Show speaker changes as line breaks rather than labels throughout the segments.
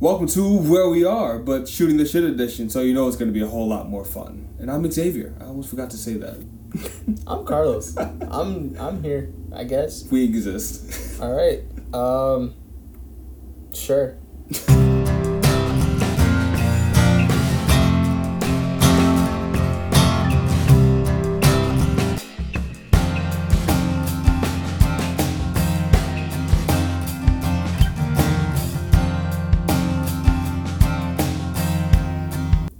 Welcome to where we are, but shooting the shit edition, so you know it's going to be a whole lot more fun. And I'm Xavier. I almost forgot to say that.
I'm Carlos. I'm I'm here. I guess.
We exist.
All right. Um. Sure.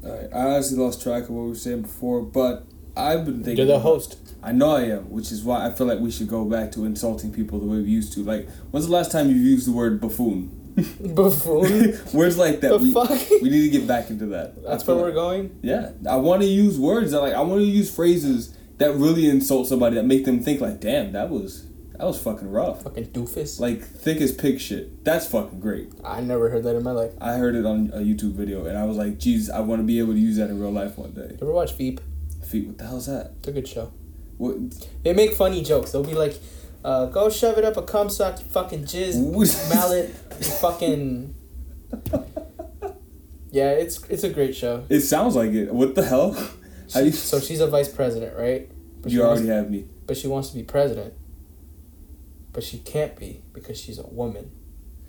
All right, I honestly lost track of what we were saying before, but I've been thinking.
You're the host.
I know I am, which is why I feel like we should go back to insulting people the way we used to. Like, when's the last time you used the word buffoon?
Buffoon.
Words like that.
The
we,
fuck?
we need to get back into that.
That's
I feel
where we're
like-
going.
Yeah, I want to use words that like I want to use phrases that really insult somebody that make them think like, damn, that was that was fucking rough.
Fucking doofus.
Like thick as pig shit. That's fucking great.
I never heard that in my life.
I heard it on a YouTube video and I was like, geez, I want to be able to use that in real life one day.
Ever watch Veep?
Feet, what the hell's that?
It's a good show.
What?
They make funny jokes. They'll be like, uh, "Go shove it up a cum sock, you fucking jizz
what-
mallet, you fucking." Yeah, it's it's a great show.
It sounds like it. What the hell? How do you?
So she's a vice president, right? But she
you
wants-
already have me.
but she wants to be president. But she can't be because she's a woman,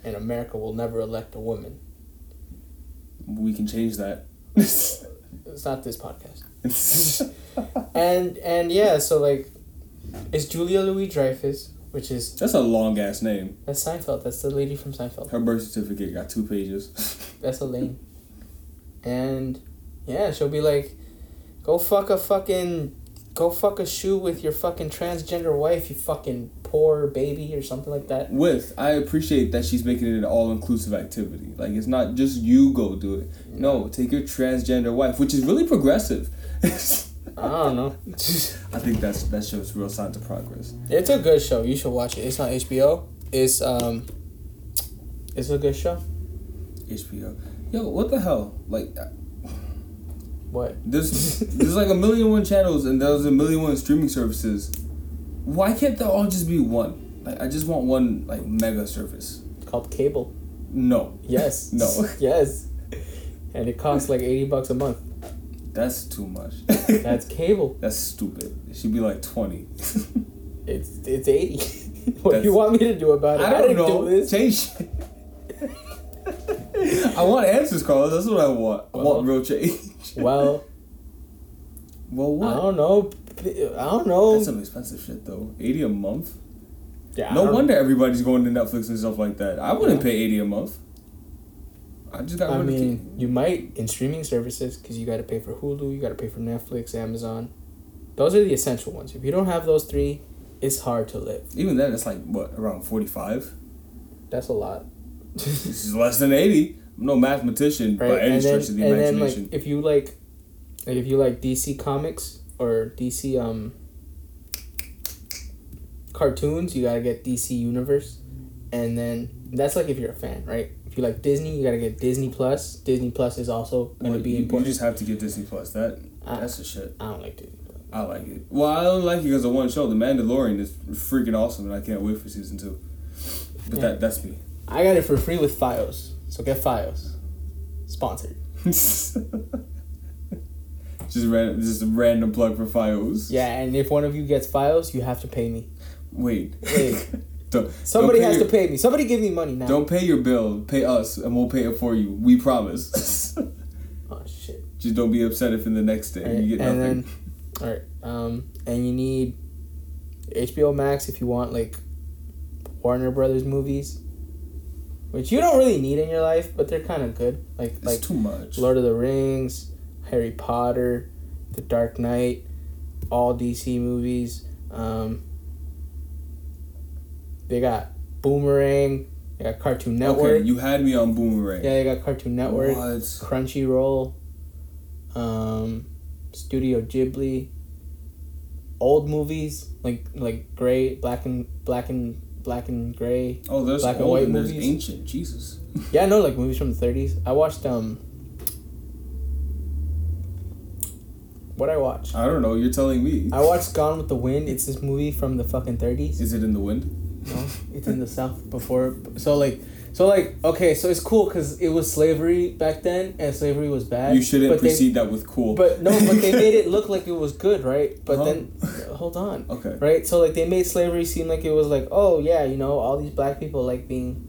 and America will never elect a woman.
We can change that.
It's not this podcast. And and yeah, so like, it's Julia Louis Dreyfus, which is
That's a long ass name.
that's Seinfeld. That's the lady from Seinfeld.
Her birth certificate got two pages.
That's Elaine. And yeah, she'll be like, go fuck a fucking, go fuck a shoe with your fucking transgender wife, you fucking poor baby, or something like that.
with i appreciate that she's making it an all-inclusive activity like it's not just you go do it no take your transgender wife which is really progressive i
I don't know.
think that's that shows real signs of progress
it's a good show. You should watch it. It's not HBO. It's, um, it's a good show.
hbo yo what the hell like uh,
What?
there's there's like a million one channels and there's a million one streaming services why can't they all just be one like i just want one like mega service
It's called cable.
no
Yes.
no
Yes. And it costs like 80 bucks a month.
that's too much
That's cable.
that's stupid it should be like 20
It's it's 80. what do
That's-
you want me to do about it?
I don't
didn't
know.
do this.
Change. I want answers, Carlos. That's what I want. I
Well-
want real change.
Well,
well,
I
what?
don't know. I don't know.
That's some expensive shit, though. Eighty a month.
Yeah, I
No
don't-
wonder everybody's going to Netflix and stuff like that. I wouldn't pay eighty a month. I just got
I
rid
mean, you might in streaming services because you got to pay for Hulu, you got to pay for Netflix, Amazon. Those are the essential ones. If you don't have those three, it's hard to live.
of. Even then, it's like what around forty five.
That's a lot.
This is less than eighty. I'm no mathematician
Right.
by any
and then,
stretch of the
and then like
imagination.
if you like, like if you like DC comics or DC um cartoons, you gotta get DC Universe, and then that's like if you're a fan, right? If you like Disney, you gotta get Disney Plus. Disney Plus is also gonna
Well,
be
you, you
important.
just have to get Disney Plus. That
I-
that's the shit.
I don't like Disney Plus.
I like it. Well, I don't like it because of one show. The Mandalorian is freaking awesome, and I can't wait for season two. But that that's me.
I got it for free with Fios. So get Fios. Sponsored.
just random, just a random plug for Files.
Yeah, and if one of you gets Fios, you have to pay me.
Wait.
Wait.
don't,
Somebody
don't pay
has
your,
to pay me. Somebody give me money now.
Don't pay your bill. Pay us, and we'll pay it for you. We promise.
Oh shit.
just don't be upset if in the next day
Alright,
you get
and
nothing.
then alright. Um and you need HBO Max if you want like Warner Brothers movies. Which you don't really need in your life, but they're kinda good. Like
it's
like
too much.
Lord of the Rings, Harry Potter, The Dark Knight, all DC movies. Um, they got Boomerang. They got Cartoon Network.
Okay, you had me on Boomerang.
yeah, they got Cartoon Network,
What?
Crunchyroll, um, Studio Ghibli. Old movies like like gray, black and black and black and gray.
Oh, there's
Black and
old
white
and there's
movies?
ancient. Jesus.
Yeah, I know like movies from the thirties. I watched um. What I watch?
I don't know. You're telling me.
I watched Gone with the Wind. It's this movie from the fucking thirties.
Is it in the wind?
No, it's in the south before. So like, So like okay, so it's cool because it was slavery back then, and slavery was bad.
You shouldn't
but they-
precede that with cool.
But no, but they made it look like it was good, right? But
Huh?
then, hold on,
okay.
right? So like they made slavery seem like it was like, oh yeah, you know, all these black people like being,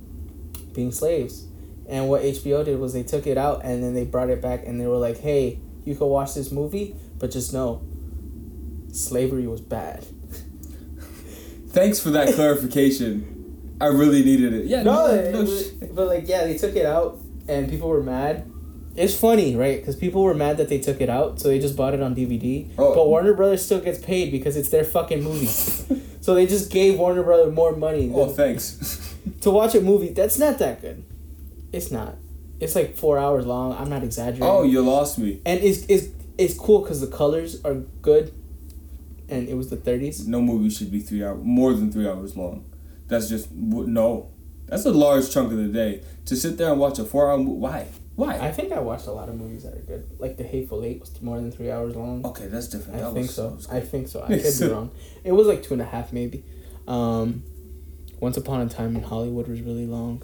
being slaves, and what HBO did was they took it out and then they brought it back and they were like, hey, you could watch this movie, but just know, slavery was bad.
Thanks for that clarification. I really needed it. Yeah.
No,
No.
it-
no
it was-
sh-
but like yeah, they took it out and people were mad. It's funny, right? Because people were mad that they took it out, so they just bought it on DVD.
Oh.
But Warner Brothers still gets paid because it's their fucking movie. so they just gave Warner Brothers more money
oh,
than-
thanks.
to watch a movie that's not that good. It's not. It's like four hours long. I'm not exaggerating.
oh, you lost me.
and it's it's it's cool because the colors are good, and it was the 30s.
No movie should be three hours more than three hours long. That's just w- no. That's a large chunk of the day to sit there and watch a four hour. Mo- why? Why?
I think I watched a lot of movies that are good. Like The Hateful Eight was more than three hours long.
okay, that's different.
I
That
think
was- that
so.
was
I
good.
think so. I could be wrong. It was like two and a half, maybe. Um, Once Upon a Time in Hollywood was really long. um,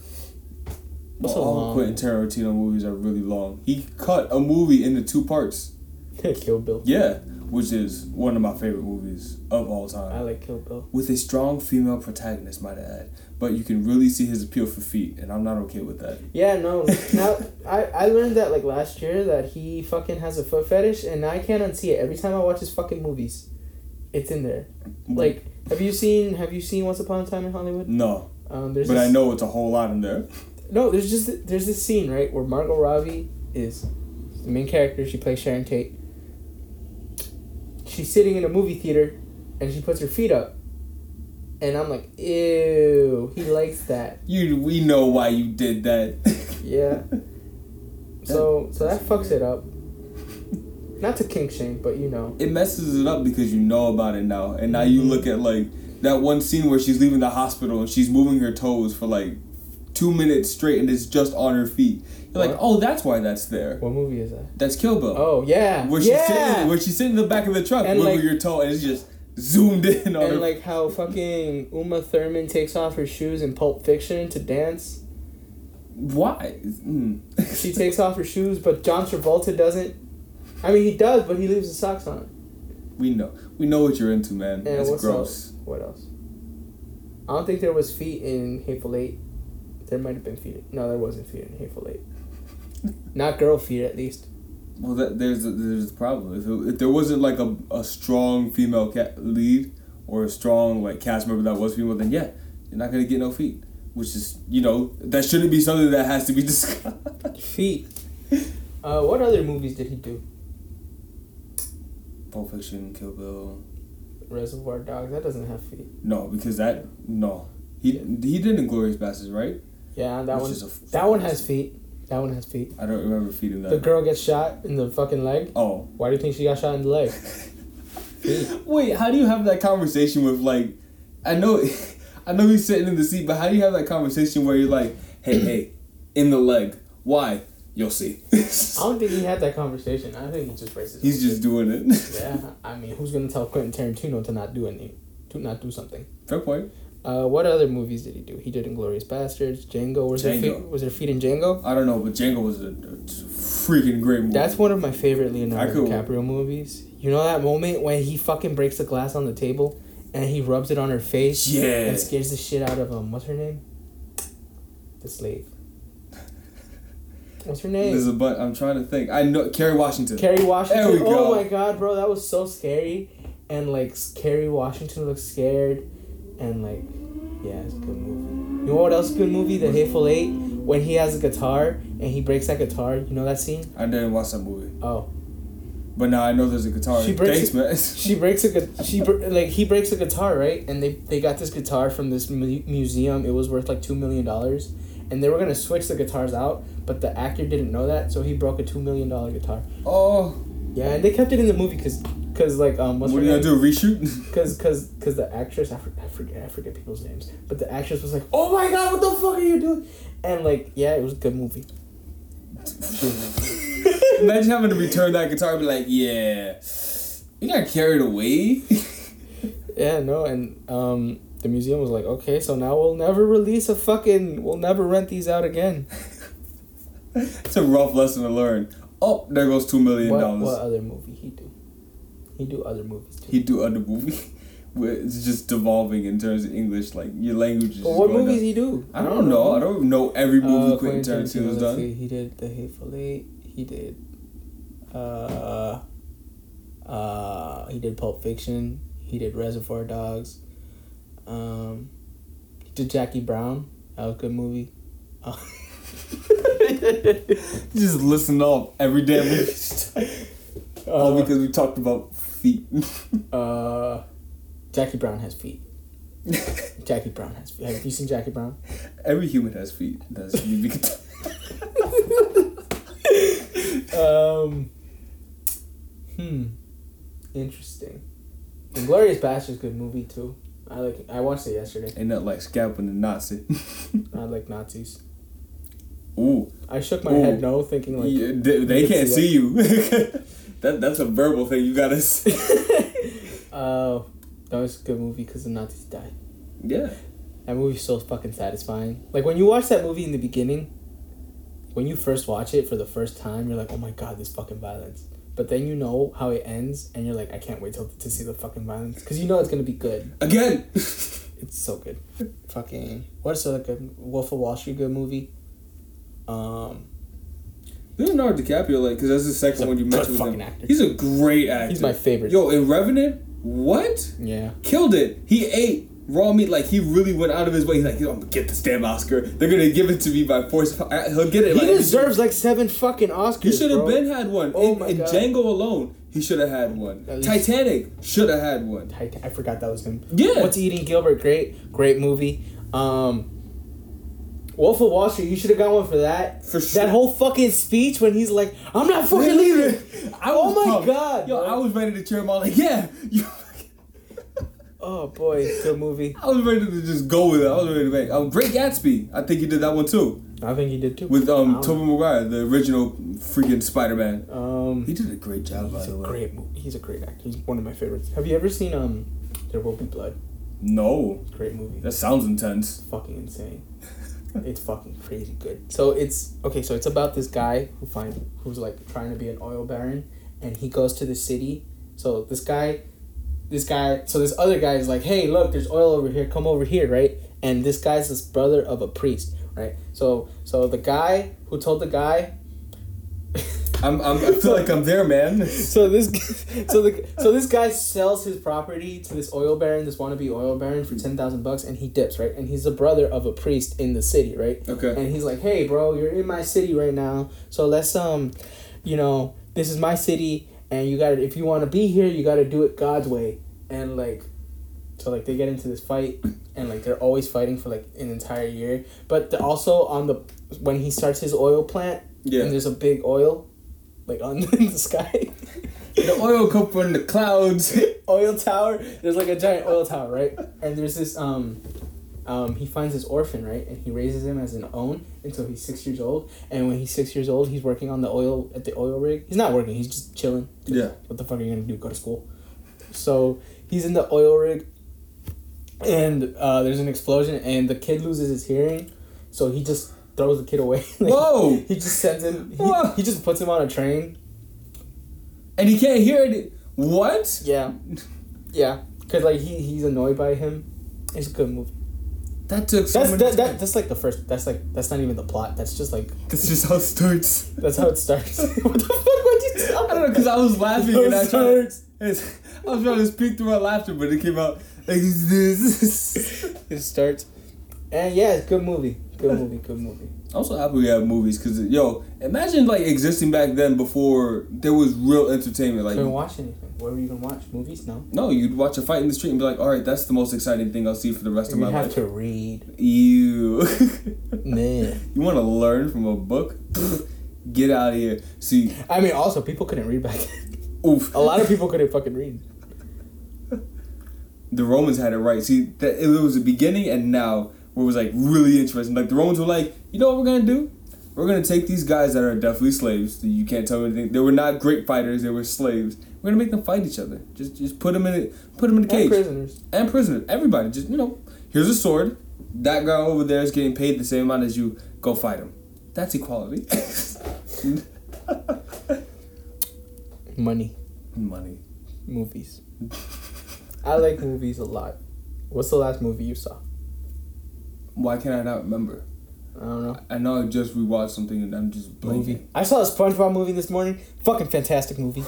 What's
Well,
a
all
long?
Quentin Tarantino movies are really long. He cut a movie into two parts.
Kill Bill.
Yeah, which is one of my favorite movies of all time.
I like Kill Bill.
with a strong female protagonist, might I add. But you can really see his appeal for feet, and I'm not okay with that.
Yeah, no. Now I I learned that like last year that he fucking has a foot fetish, and I can't unsee it. Every time I watch his fucking movies, it's in there. Like, have you seen Have you seen Once Upon a Time in Hollywood?
no,
Um, there's
but
this,
I know it's a whole lot in there.
No, there's just there's this scene right where Margot Robbie is the main character. She plays Sharon Tate. She's sitting in a movie theater, and she puts her feet up, and I'm like, ew, he likes that.
You, we know why you did that.
Yeah. So so that
That's
fucks
weird.
it up. Not to kink shame, but you know.
it messes it up because you know about it now, and now you look at like that one scene where she's leaving the hospital and she's moving her toes for like two minutes straight, and it's just on her feet. You're like,
What?
oh, that's why that's there.
What movie is that?
That's Kill Bill.
Oh yeah,
Where she's
yeah.
sitting, where she's sitting in the back of the truck,
And,
moving
like-
your toe, and it's just zoomed in on her.
and like how fucking Uma Thurman takes off her shoes in Pulp Fiction to dance.
why? Mm.
She takes off her shoes, but John Travolta doesn't. I mean, he does, but he leaves his socks on.
We know. We know what you're into, man.
And
That's
what's
gross.
else? What else? I don't think there was feet in Hateful Eight. There might have been feet. No, there wasn't feet in Hateful Eight. Not girl feet, at least.
Well, that, there's a, there's a problem. If, it, if there wasn't like a, a strong female ca lead or a strong like cast member that was female, then yeah, you're not gonna get no feet. Which is you know that shouldn't be something that has to be discussed.
Feet. Uh, what other movies did he do?
Pulp Fiction, Kill Bill.
Reservoir Dogs. That doesn't have feet.
No, because that no. He he did Inglorious Bastards, right?
Yeah, that
Which
one.
is a-
That one has feet. That one has feet.
I don't remember feeding that.
The girl gets shot in the fucking leg.
oh.
Why do you think she got shot in the leg?
Wait, how do you have that conversation with like? I know, I know he's sitting in the seat, but how do you have that conversation where you're like, "Hey, hey, in the leg? Why? You'll see."
I don't think he had that conversation. I think he just racist.
he's just doing it.
Yeah, I mean, who's gonna tell Quentin Tarantino to not do anything, to not do something?
Fair point.
Uh, what other movies did he do? He did Inglorious Bastards, Django. Was there
Django.
feet? Was there feet in Django?
I don't know, but Django was a, a freaking great movie.
That's one of my favorite
I
Leonardo
could-
DiCaprio movies. You know that moment when he fucking breaks the glass on the table and he rubs it on her face
yeah.
and scares the shit out of um, what's her name? The slave. What's her name?
There's a but. I'm trying to think. I know Kerry Washington.
Kerry Washington.
There we go.
Oh my god, bro, that was so scary. And like s- Kerry Washington looked scared, and like, yeah, it's a good movie. You know what else is a good movie? The Hateful Eight. When he has a guitar and he breaks that guitar, you know that scene?
I didn't watch that movie,
Oh,
but now I know there's a guitar.
She breaks
Thanks, man.
she breaks a gu- she br- like he breaks a guitar right, and they they got this guitar from this mu- museum. It was worth like two million dollars, and they were gonna switch the guitars out, but the actor didn't know that, so he broke a two million dollar guitar.
oh,
Yeah, and they kept it in the movie because because like um what's
what
her
are you
name?
gonna do? Reshoot?
Cause, cause, cause the actress, I, for, I forget, I forget people's names, but the actress was like, "Oh my god, what the fuck are you doing?" And like, yeah, it was a good movie.
Imagine having to return that guitar and be like, yeah, you got carried away.
Yeah, no, and um, the museum was like, okay, so now we'll never release a fucking, we'll never rent these out again.
It's a rough lesson to learn. Oh, there goes two million
What,
dollars.
what other movie he do? He do other movies too.
He do other movie. Where it's just devolving in terms of English, like your language is.
but what
just going
movies
down.
he do?
I don't know. I don't know every movie
Uh,
Quentin Tarantino's
let's
done.
see, He did The Hateful Eight. He did. Uh, uh, he did Pulp Fiction. He did Reservoir Dogs. Um, he did Jackie Brown. That was a good movie. Uh,
Just listen up every damn movie. All
uh,
because we talked about feet.
uh, Jackie Brown has feet. Jackie Brown has feet. Have you seen Jackie Brown?
every human has feet. That's you can tell.
Um, hmm. Interesting. Inglorious Bastard's a good movie too. I like. I watched it yesterday.
Ain't nothing like scalping a Nazi.
I like Nazis.
Ooh,
I shook my
Ooh.
head no, thinking like
Yeah, they, they
you can
can't
see
see you. that that's a verbal thing. You gotta. See.
Oh, that was a good movie because the Nazis died.
Yeah.
That movie's so fucking satisfying. Like when you watch that movie in the beginning, when you first watch it for the first time, you're like, oh my god, this fucking violence. But then you know how it ends, and you're like, I can't wait till to see the fucking violence because you know it's gonna be good.
Again.
It's so good. Fucking what's the good Wolf of Wall Street good movie? Um,
Leonardo DiCaprio, like, because that's the second
He's a
one you
good
mentioned with
fucking
him.
actor.
He's a great actor.
he's my favorite.
Yo, in Revenant, what?
Yeah.
Killed it. He ate raw meat like he really went out of his way. He's like, yo, I'm gonna get this damn Oscar. They're gonna give it to me by force. I- He'll get it.
He
like,
deserves like seven fucking Oscars.
He should have
bro.
been had one.
Oh
in,
my
in
God.
Django alone, he should have had one.
At least-
Titanic should have had one.
I, I forgot that was him.
Yeah.
What's Eating Gilbert? Great, great movie. Um, Wolf of Wall Street. You should have got one for that.
For sure.
That whole fucking speech when he's like, "I'm not fucking leaving."
I
Oh
was
my
pumped.
God,
Yo,
bro.
I was ready to cheer him on. Like, yeah. You,
Oh boy, good movie.
I was ready to just go with it. I was ready to make. Um, Great Gatsby. I think he did that one too
I think he did too.
with um
Wow.
Tobey Maguire, the original freaking Spider Man.
Um,
He did a great job. By
he's a
the way.
great movie. He's a great actor. He's one of my favorites. Have you ever seen um, There Will Be Blood?
No,
Great movie.
that sounds intense.
fucking insane. it's fucking crazy good. So it's okay. So it's about this guy who find who's like trying to be an oil baron, and he goes to the city. So this guy, this guy, so this other guy is like, hey, look, there's oil over here. Come over here, right? And this guy's this brother of a priest, right? So so the guy who told the guy.
I'm, I'm I feel like I'm there, man.
So this, so the so this guy sells his property to this oil baron, this wannabe oil baron, for ten thousand bucks, and he dips right. And he's the brother of a priest in the city, right?
Okay.
and he's like, "Hey, bro, you're in my city right now, so let's um, you know, this is my city, and you got to if you want to be here, you got to do it God's way." And like, so like they get into this fight, and like they're always fighting for like an entire year. But the- also on the when he starts his oil plant, and
Yeah.
there's a big oil, like on in the sky,
The oil come from the clouds.
oil tower. There's like a giant oil tower, right? And there's this um, um, he finds this orphan, right? And he raises him as an own until he's six years old. And when he's six years old, he's working on the oil at the oil rig. He's not working. He's just chilling.
Yeah.
What the fuck are you gonna do? Go to school. So he's in the oil rig, and uh, there's an explosion, and the kid loses his hearing, so he just throws the kid away. Like,
Whoa!
He just sends him. He,
Whoa.
he just puts him on a train.
And he can't hear it. What?
Yeah, yeah. Cause like he, he's annoyed by him. It's a good movie.
That took so
That's
many
that, that,
times.
that's like the first. That's like that's not even the plot. That's just like
That's just how it starts.
that's how it starts. what the fuck would you
I
tell?
don't know, because I was laughing and I
That's how
tried,
it
it's- I was trying to speak through my laughter, but it came out like this.
It starts. And yeah, it's a good movie. Good movie. Good movie.
I'm so happy we have movies, because, yo, imagine, like, existing back then before there was real entertainment. Like,
Couldn't watch anything. What were you gonna watch? Movies? No.
no, you'd watch a fight in the street and be like, all right, that's the most exciting thing I'll see for the rest of
You
my
have
life.
to read.
Ew.
Man.
you want to learn from a book? Get out of here. See,
I mean, also people couldn't read back. then.
oof.
A lot of people couldn't fucking read.
the Romans had it right. See, that it was the beginning and now where it was like really interesting. Like the Romans were like, you know what we're gonna do? We're gonna take these guys that are definitely slaves. that You can't tell me anything. They were not great fighters. They were slaves. We're gonna make them fight each other. Just, just put them in, a, put them in a
And
cage
prisoners.
and prisoners. Everybody, just you know, here's a sword. That guy over there is getting paid the same amount as you. Go fight him. That's equality.
Money.
Money.
Movies. I like movies a lot. What's the last movie you saw?
Why can I not remember?
I don't know.
I know I just rewatched something and I'm just blanking.
Movie. I saw a SpongeBob movie this morning. Fucking fantastic movie.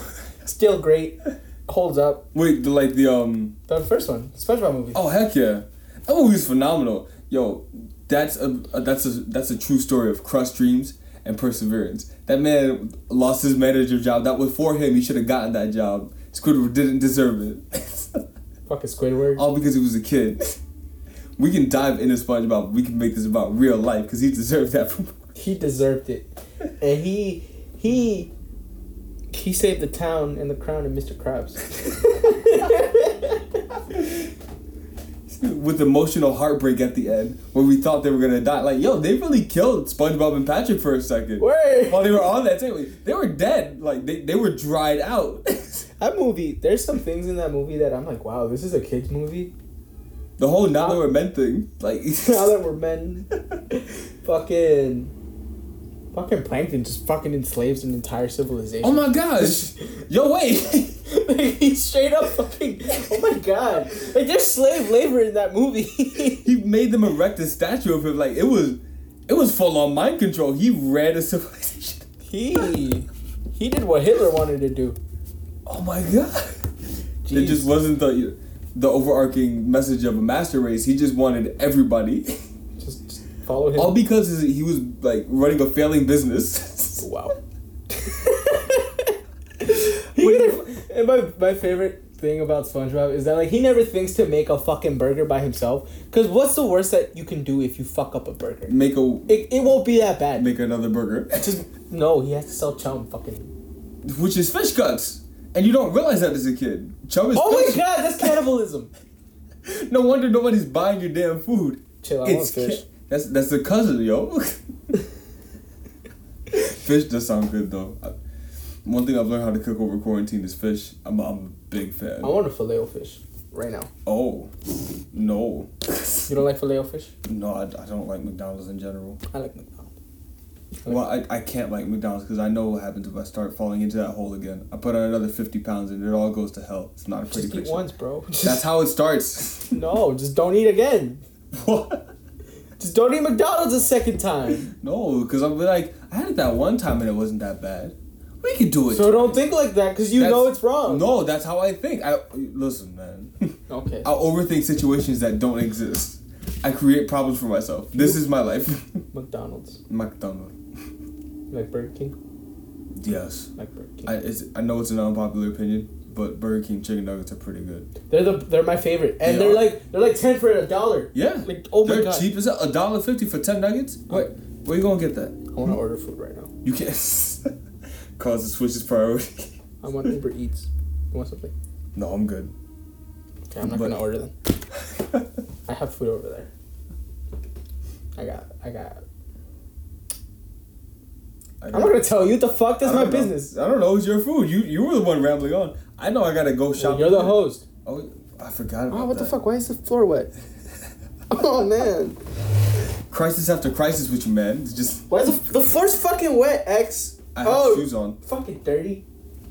Still great. Holds up.
Wait, the, like the um.
The first one, SpongeBob movie.
Oh heck yeah, that movie's phenomenal. Yo, that's a, a that's a that's a true story of crushed dreams and perseverance. That man lost his manager job. That was for him. He should have gotten that job. Squidward didn't deserve it.
Fucking Squidward.
All because he was a kid. We can dive into SpongeBob. We can make this about real life because he deserved that. From-
He deserved it, and he he he saved the town and the crown and Mr. Krabs.
with emotional heartbreak at the end when we thought they were gonna die. Like, yo, they really killed SpongeBob and Patrick for a second.
Word.
While they were on that table, they were dead. Like they, they were dried out.
That movie. There's some things in that movie that I'm like, wow, this is a kids movie.
the whole now that we're men thing. Like
now that we're men, fucking, fucking plankton just fucking enslaves an entire civilization.
Oh my gosh. Yo wait.
Like, he's straight up fucking. Oh my god! Like there's slave labor in that movie.
he made them erect a statue of him. Like it was it was full on mind control. He ran a civilization.
he he did what Hitler wanted to do.
Oh my god. It
Jeez.
just wasn't the the overarching message of a master race. He just wanted everybody.
Just, just follow him.
All because he was like running a failing business.
Wow. He never- and my, my favorite thing about SpongeBob is that like he never thinks to make a fucking burger by himself. Cause what's the worst that you can do if you fuck up a burger?
make a
It, it won't be that bad.
make another burger,
Just no, he has to sell chum fucking.
which is fish cuts, and you don't realize that as a kid. Chum is
Oh my
fish.
god, that's cannibalism.
No wonder nobody's buying your damn food.
Chill, I want fish.
ca- That's that's the cousin, yo. fish does sound good though. I- One thing I've learned how to cook over quarantine is fish. I'm I'm a big fan.
I want a filet o fish right now.
Oh no,
You don't like filet o fish?
no, I, I don't like McDonald's in general.
I like McDonald's.
Well, I, I can't like McDonald's because I know what happens if I start falling into that hole again. I put on another 50 pounds and it all goes to hell. It's not a pretty
Just eat
picture.
once, bro.
That's how it starts.
no, just don't eat again.
what?
Just don't eat McDonald's a second time.
No, because I'm like, I had it that one time and it wasn't that bad. We can do it.
So don't think like that, cause you
That's-
know it's wrong.
No, that's how I think. I Listen, man.
Okay.
I overthink situations that don't exist. I create problems for myself. This is my life.
McDonald's,
McDonald.
like Burger King,
Yes.
like Burger King.
I, it's, I know it's an unpopular opinion, but Burger King chicken nuggets are pretty good.
they're the they're my favorite, and
They
they are
are.
like they're like ten for a dollar.
Yeah.
Like oh my
They're
god.
cheap as a dollar fifty for ten nuggets. Wait, where you gonna get that?
I want to order food right now.
You can't. Cause the switch is priority.
I want Uber Eats. You want something?
No, I'm good.
Okay, I'm not
But-
gonna order them. I have food over there. I got I got.
I
I'm not gonna tell you what the fuck. That's my
don't know.
business.
I don't know. It's your food. You you were the one rambling on. I know. I gotta go shop.
You're the host.
Oh, I forgot about
Oh, what the
that.
fuck? Why is the floor wet? Oh man.
Crisis after crisis with you, man. It's just
Why is the, the floor's fucking wet, X?
I have
Oh!
shoes on.
fucking dirty.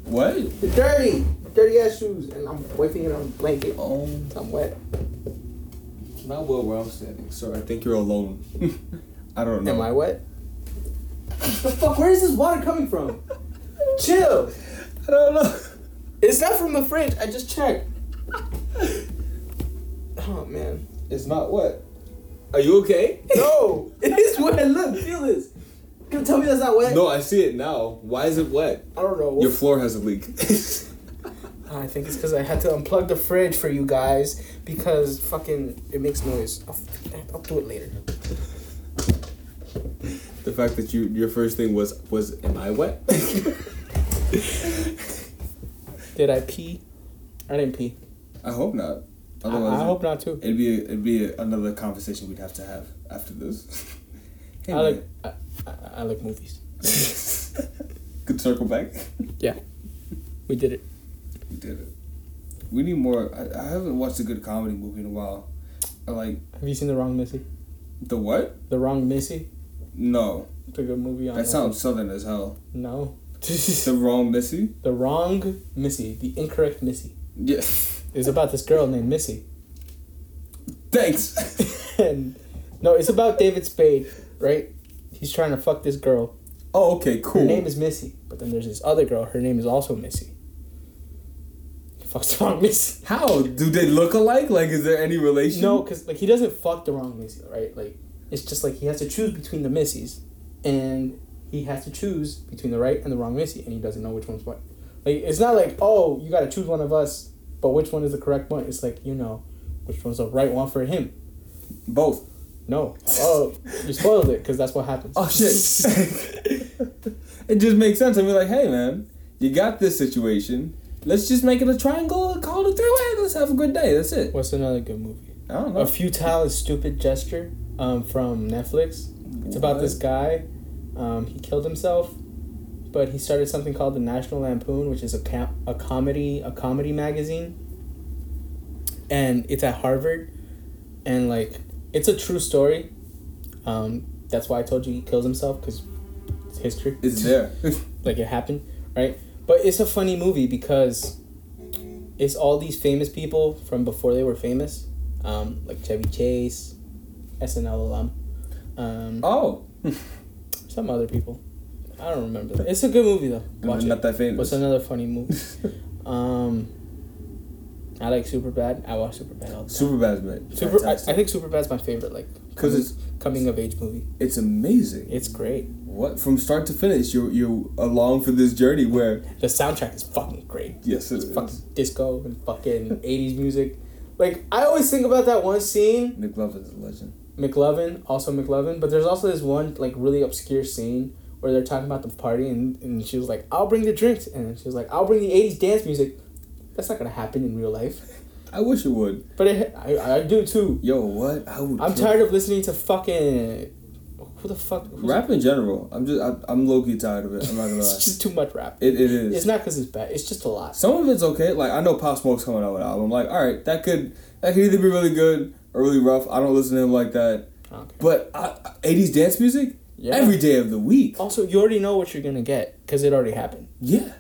What?
They're dirty. Dirty ass shoes. And I'm wiping it on a blanket.
Oh,
I'm wet.
not well where I'm standing, sir. I think you're alone. I don't know.
Am I wet? the fuck? Where is this water coming from? Chill.
I don't know.
It's not from the fridge. I just checked. Oh man.
It's not wet. Are you okay?
No. it is wet. Look, feel this. You gonna tell me that's not wet?
no, I see it now. Why is it wet?
I don't know.
Your floor has a leak.
I think it's because I had to unplug the fridge for you guys because fucking it makes noise. I'll, I'll do it later.
the fact that you your first thing was was am I wet?
Did I pee? I didn't pee.
I hope not.
I,
Otherwise,
I hope not too.
it'd be a, it'd be a, another conversation we'd have to have after this. hey,
I like I, I, I like movies.
man. Good circle back.
Yeah, we did it.
We did it. We need more. I, I haven't watched a good comedy movie in a while. like
Have you seen The Wrong Missy?
the what?
The Wrong Missy?
No,
It's a good movie on
that
Netflix.
sounds southern as hell.
No.
The wrong Missy.
the Wrong Missy. The Incorrect Missy.
Yeah.
It's about this girl named Missy.
Thanks.
and no, it's about David Spade, right? He's trying to fuck this girl.
Oh, okay, cool.
Her name is Missy. But then there's this other girl. Her name is also Missy. He fucks the wrong Missy.
How do they look alike? Like, is there any relation?
No, because like he doesn't fuck the wrong Missy, right? Like it's just like he has to choose between the Missies, and he has to choose between the right and the wrong Missy, and he doesn't know which one's what. Like it's not like oh you gotta choose one of us, but which one is the correct one? It's like you know which one's the right one for him.
Both.
No, oh you spoiled it because that's what happens.
Oh shit. it just makes sense. I mean, like, hey man, you got this situation. Let's just make it a triangle. Call it a three-way. Let's have a good day. That's it.
What's another good movie?
I don't know.
A futile and stupid gesture, um, from Netflix. It's about this guy. Um, he killed himself, but he started something called the National Lampoon, which is a com- a comedy a comedy magazine. And it's at Harvard, and like it's a true story. Um, that's why I told you he kills himself because it's history.
It's there.
like it happened, right? But it's a funny movie because it's all these famous people from before they were famous, um, like Chevy Chase, SNL alum, um,
oh,
some other people. I don't remember. That. It's a good movie though. Watch
not
it.
that famous.
What's another funny movie? um, I like Super Bad. I watch Super Bad all the time.
Super bad's man.
Super, I, I think Super Bad's my favorite. Like,
because it's
coming of age movie.
it's amazing.
It's great.
What from start to finish, you you along for this journey where
The soundtrack is fucking great.
yes, it's
fucking disco and fucking 80s music. Like, I always think about that one scene,
Nick Love is a legend.
McLovin, also McLovin, but there's also this one, like, really obscure scene where they're talking about the party and, and she was like, I'll bring the drinks. And she was like, I'll bring the 80s dance music. That's not gonna happen in real life.
I wish it would.
But it, I, I do too.
Yo, what? I would.
I'm
kill-
tired of listening to fucking. Who the fuck? who's-
Rap in general. I'm just I, I'm low key tired of it. I'm not gonna lie.
It's just too much rap.
It, it is.
It's not because it's bad, it's just a lot.
Some of it's okay. Like I know Pop Smoke's coming out with an album. Like all right, that could that could either be really good or really rough. I don't listen to him like that.
I don't care.
But I, I- 80s dance music
Yeah.
every day of the week.
Also, you already know what you're gonna get because it already happened.
Yeah.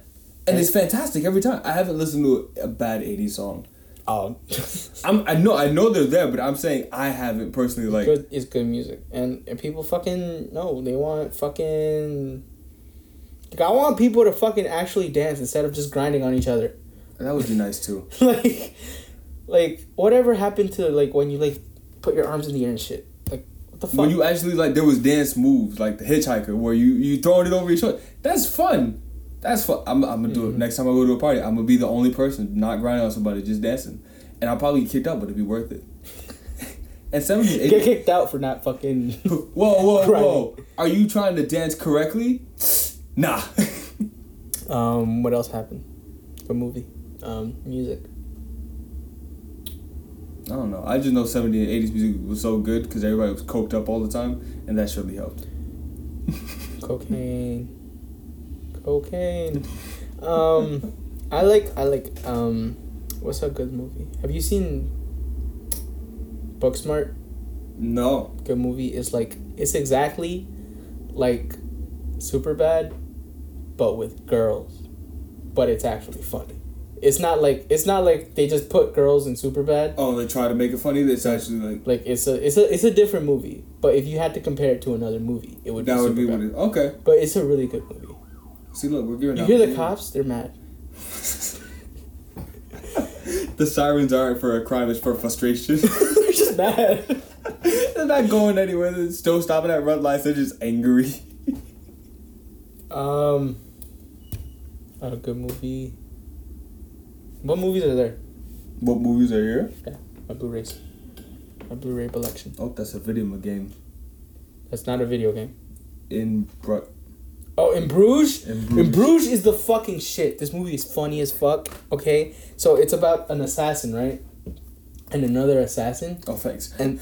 And it's fantastic every time. I haven't listened to a bad 80s song.
Oh.
I'm I know I know they're there, but I'm saying I haven't personally like
good is good music, and, and people fucking no, they want fucking. Like I want people to fucking actually dance instead of just grinding on each other.
that would be nice too.
like, like whatever happened to like when you like put your arms in the air and shit. Like what the fuck?
When you actually like there was dance moves like the hitchhiker where you you throwing it over your shoulder. That's fun. That's fun. I'm, I'm gonna do it next time I go to a party. I'm gonna be the only person not grinding on somebody, just dancing, and I'll probably get kicked out, but it'd be worth it. and seventies,
get
eighties.
kicked out for not fucking.
Whoa, whoa, whoa!
Grinding.
Are you trying to dance correctly? Nah.
um, what else happened? A movie, um, music.
I don't know. I just know 70s and 80s music was so good because everybody was coked up all the time, and that surely helped.
cocaine cocaine um i like i like um what's a good movie have you seen booksmart
No.
good movie it's like it's exactly like super bad but with girls but it's actually funny it's not like it's not like they just put girls in super bad
Oh, they try to make it funny. It's actually like
like it's a it's a it's a different movie but if you had to compare it to another movie it would
that
be,
would be
Superbad.
what it. Okay.
but it's a really good movie
See, look, we're giving
you
out
hear the
clues.
cops they're mad
The sirens aren't for a crime; it's for frustration.
They're just mad.
They're not going anywhere. They're still stopping at red lights. They're just angry.
Um, a good movie. What movies are there?
What movies are here?
My Blu-rays. My Blu-ray collection.
Oh, that's a video game
That's not a video game.
in Bru-
Oh, in Bruges.
in Bruges.
In Bruges is the fucking shit. This movie is funny as fuck. Okay, so it's about an assassin, right? And another assassin,
oh, thanks.
and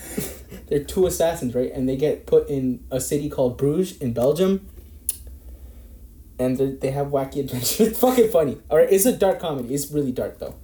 they're two assassins, right? And they get put in a city called Bruges in Belgium. And they- they have wacky adventures. It's fucking funny. All right, it's a dark comedy. It's really dark though.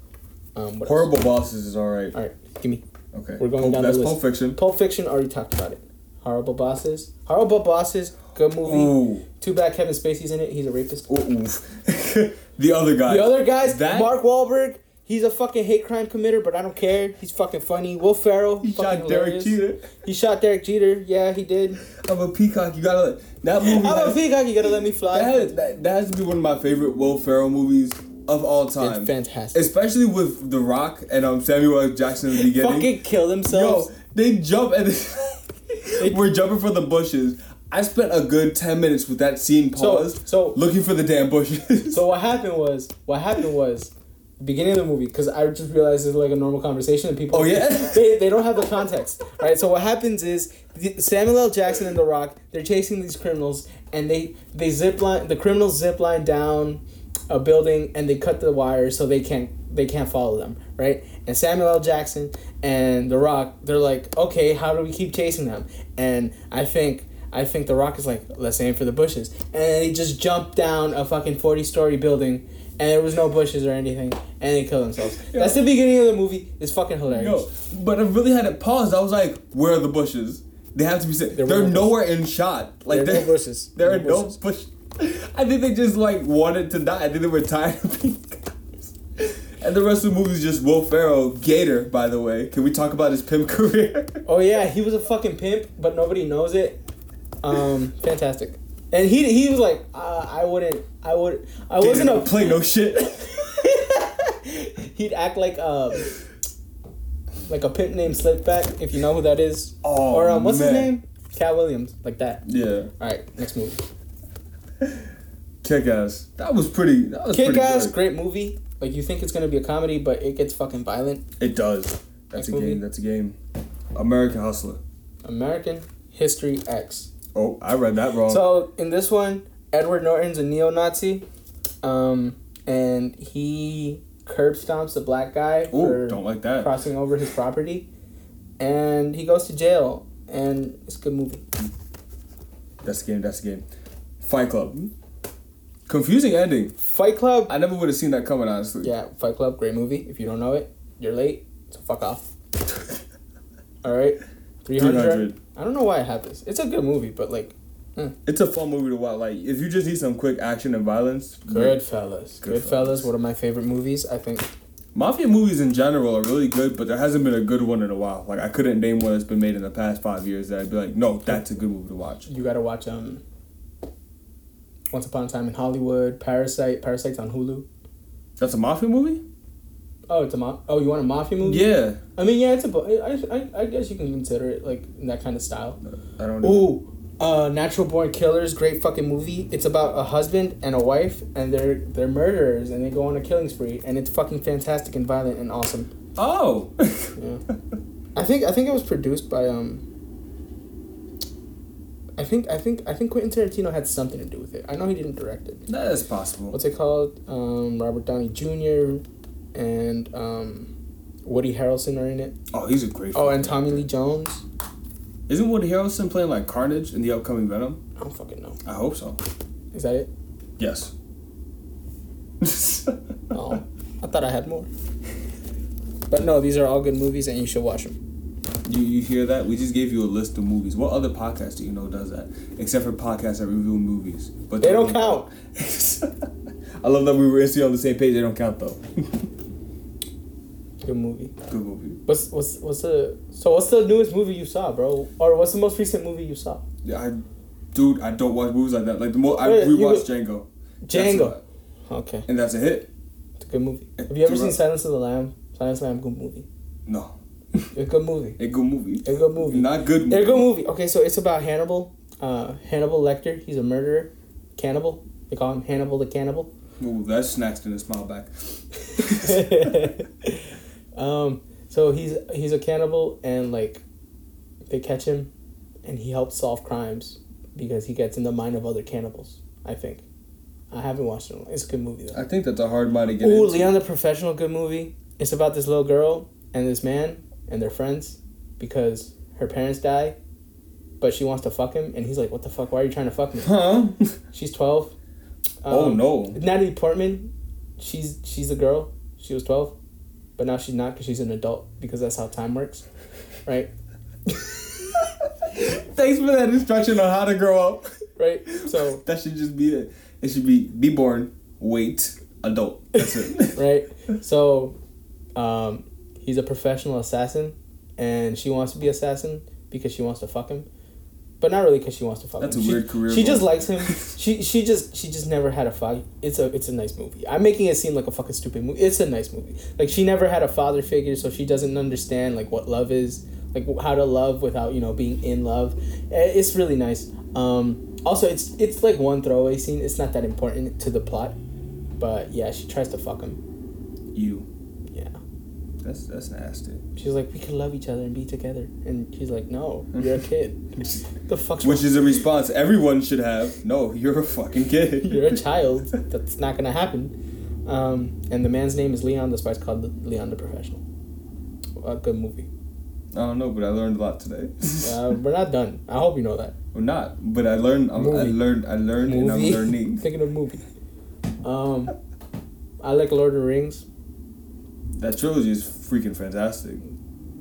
Um, what else?
Horrible bosses is all right.
All right, give me.
Okay.
We're going
Pulp-
down the
that's
list.
Pulp Fiction.
Pulp Fiction already talked about it. Horrible Bosses. Horrible Bosses, good movie.
Ooh.
Too bad Kevin Spacey's in it. He's a rapist.
Ooh, oof. the other guy.
The other guys,
That-
Mark Wahlberg, he's a fucking hate crime committer, but I don't care. He's fucking funny. Will Ferrell,
He
fucking
shot Derek
hilarious.
Jeter.
He shot Derek Jeter. Yeah, he did.
I'm a peacock. You gotta let that movie.
I'm a
has,
peacock. You gotta let me fly.
that, has, that, that has to be one of my favorite Will Ferrell movies of all time.
it's fantastic.
Especially with The Rock and um Samuel L. Jackson in the beginning.
fucking kill
Yo,
themselves.
they jump and we're jumping for the bushes. I spent a good ten minutes with that scene
so,
paused,
so
looking for the damn bushes.
So what happened was, what happened was, the beginning of the movie, because I just realized it's like a normal conversation and people.
Oh, yeah?
They, they don't have the context. All right. So what happens is the- Samuel L. Jackson and The Rock they're chasing these criminals and they they zip line the criminals zip line down a building and they cut the wire so they can't they can't follow them right and Samuel L. Jackson and The Rock they're like okay how do we keep chasing them and I think. I think The Rock is like, let's aim for the bushes. And he just jumped down a fucking 40 story building and there was no bushes or anything and they killed themselves. That's the beginning of the movie. It's fucking hilarious.
Yo, but I really had it paused. I was like, where are the bushes? They have to be safe. They're,
There were no
nowhere in shot. Like
There are
they're-
no bushes.
There are
No
no bush. I think they just like wanted to die. I think they were tired of being cops. And the rest of the movie is just Will Ferrell, Gator. By the way, can we talk about his pimp career?
Oh yeah, he was a fucking pimp, but nobody knows it. Um, fantastic. And he he was like, uh, I wouldn't, I would, I wasn't a.
play no shit.
He'd act like um, like a pimp named Slipback, if you know who that is.
Oh,
or um, what's his
man.
name? Cat Williams, like that.
yeah,
All right, next movie.
Kick Ass. That was pretty. That was
Kick
pretty
Ass,
good.
great movie. Like you think it's gonna be a comedy, but it gets fucking violent.
It does. That's
Next
a
movie.
game. That's a game. American Hustler.
American History X.
Oh, I read that wrong.
So in this one, Edward Norton's a neo-Nazi, um, and he curb stomps a black guy
Ooh,
for
don't like that.
crossing over his property, and he goes to jail. And it's a good movie.
That's the game. That's the game. Fight Club. Confusing ending.
Fight Club.
I never would have seen that coming, honestly.
Yeah, Fight Club, great movie. If you don't know it, you're late. So fuck off. All right, three
300.
hundred. I don't know why I have this. It's a good movie, but like
It's a fun movie to watch. Like, if you just need some quick action and violence, Goodfellas.
Goodfellas. Goodfellas, one of my favorite movies. I think
Mafia movies in general are really good, but there hasn't been a good one in a while. Like, I couldn't name one that's been made in the past five years that I'd be like, no, that's a good movie to watch.
you gotta watch um Once Upon a Time in Hollywood, Parasite, Parasite's on Hulu.
That's a Mafia movie?
Oh, it's a ma- oh you want a mafia movie?
Yeah.
I mean, yeah, it's a. bu- I, I, I guess you can consider it like in that kind of style.
I don't know.
Ooh, uh, Natural Born Killers, great fucking movie. It's about a husband and a wife, and they're they're murderers, and they go on a killing spree, and it's fucking fantastic and violent and awesome.
Oh!
Yeah. I think I think it was produced by um. I think I think I think Quentin Tarantino had something to do with it. I know he didn't direct it.
that is possible.
what's it called? Um, Robert Downey Jr. and um, Woody Harrelson are in it.
Oh, he's a great
Oh,
fucking
and Tommy Lee Jones.
Isn't Woody Harrelson playing like Carnage in the upcoming Venom?
I don't fucking know.
I hope so.
Is that it?
Yes.
Oh, I thought I had more. But no, these are all good movies, and you should watch them.
you, you hear that? We just gave you a list of movies. What other podcast do you know does that? Except for podcasts that review movies. But
They don't count.
I love that we were instantly on the same page. They don't count though.
Good movie.
Good movie.
What's what's what's the so what's the newest movie you saw, bro? Or what's the most recent movie you saw?
Yeah, I, dude, I don't watch movies like that. Like the more I
Wait, you
rewatched Django. That's
Django.
a-
Okay,
and that's a hit.
it's a good movie.
It's
Have you ever
too
seen
rough.
Silence of the Lamb? Silence of the Lamb, good movie.
No,
It's a good movie.
a good movie.
A good movie.
Not good.
They're a good movie. Okay, so it's about Hannibal. Uh, Hannibal Lecter. He's a murderer, cannibal. They call him Hannibal the Cannibal.
Ooh, that's snatched in a smile back.
um, so he's he's a cannibal, and like, they catch him, and he helps solve crimes because he gets in the mind of other cannibals. I think. I haven't watched it. It's a good movie though.
I think that's a hard mind to get
Ooh,
into.
Leon the Professional, good movie. It's about this little girl and this man and their friends because her parents die, but she wants to fuck him, and he's like, "What the fuck? Why are you trying to fuck me?"
Huh?
She's twelve.
oh
Um,
no.
Natalie Portman, she's she's a girl. She was twelve, but now she's not because she's an adult because that's how time works, right?
Thanks for that instruction on how to grow up.
Right. So
That should just be it. It should be be born, wait, adult. That's it.
right. So, um, he's a professional assassin, and she wants to be assassin because she wants to fuck him, but not really because she wants to fuck
That's
him.
a
She-
weird career
She just
goal.
likes him. She she just she just never had a father. It's a it's a nice movie. I'm making it seem like a fucking stupid movie. It's a nice movie. Like she never had a father figure, so she doesn't understand like what love is, like wh- how to love without you know being in love. Eh, It's really nice. Um, also, it's it's like one throwaway scene. It's not that important to the plot, but yeah, she tries to fuck him.
you.
Yeah,
That's that's nasty.
she's like we can love each other and be together, and he's like, no, you're a kid. the fuck's
Which
wrong?
is a response everyone should have. No, you're a fucking kid.
you're a child. That's not gonna happen. Um, and the man's name is Leon. That's why it's called Leon the Professional. A good movie.
I don't know, but I learned a lot today.
Uh, we're not done. I hope you know that.
Well, not, but I learned. I'm, I
Movie.
learned. I learned, and I'm learning.
Thinking of movie. Um, I like Lord of the Rings.
That trilogy is freaking fantastic.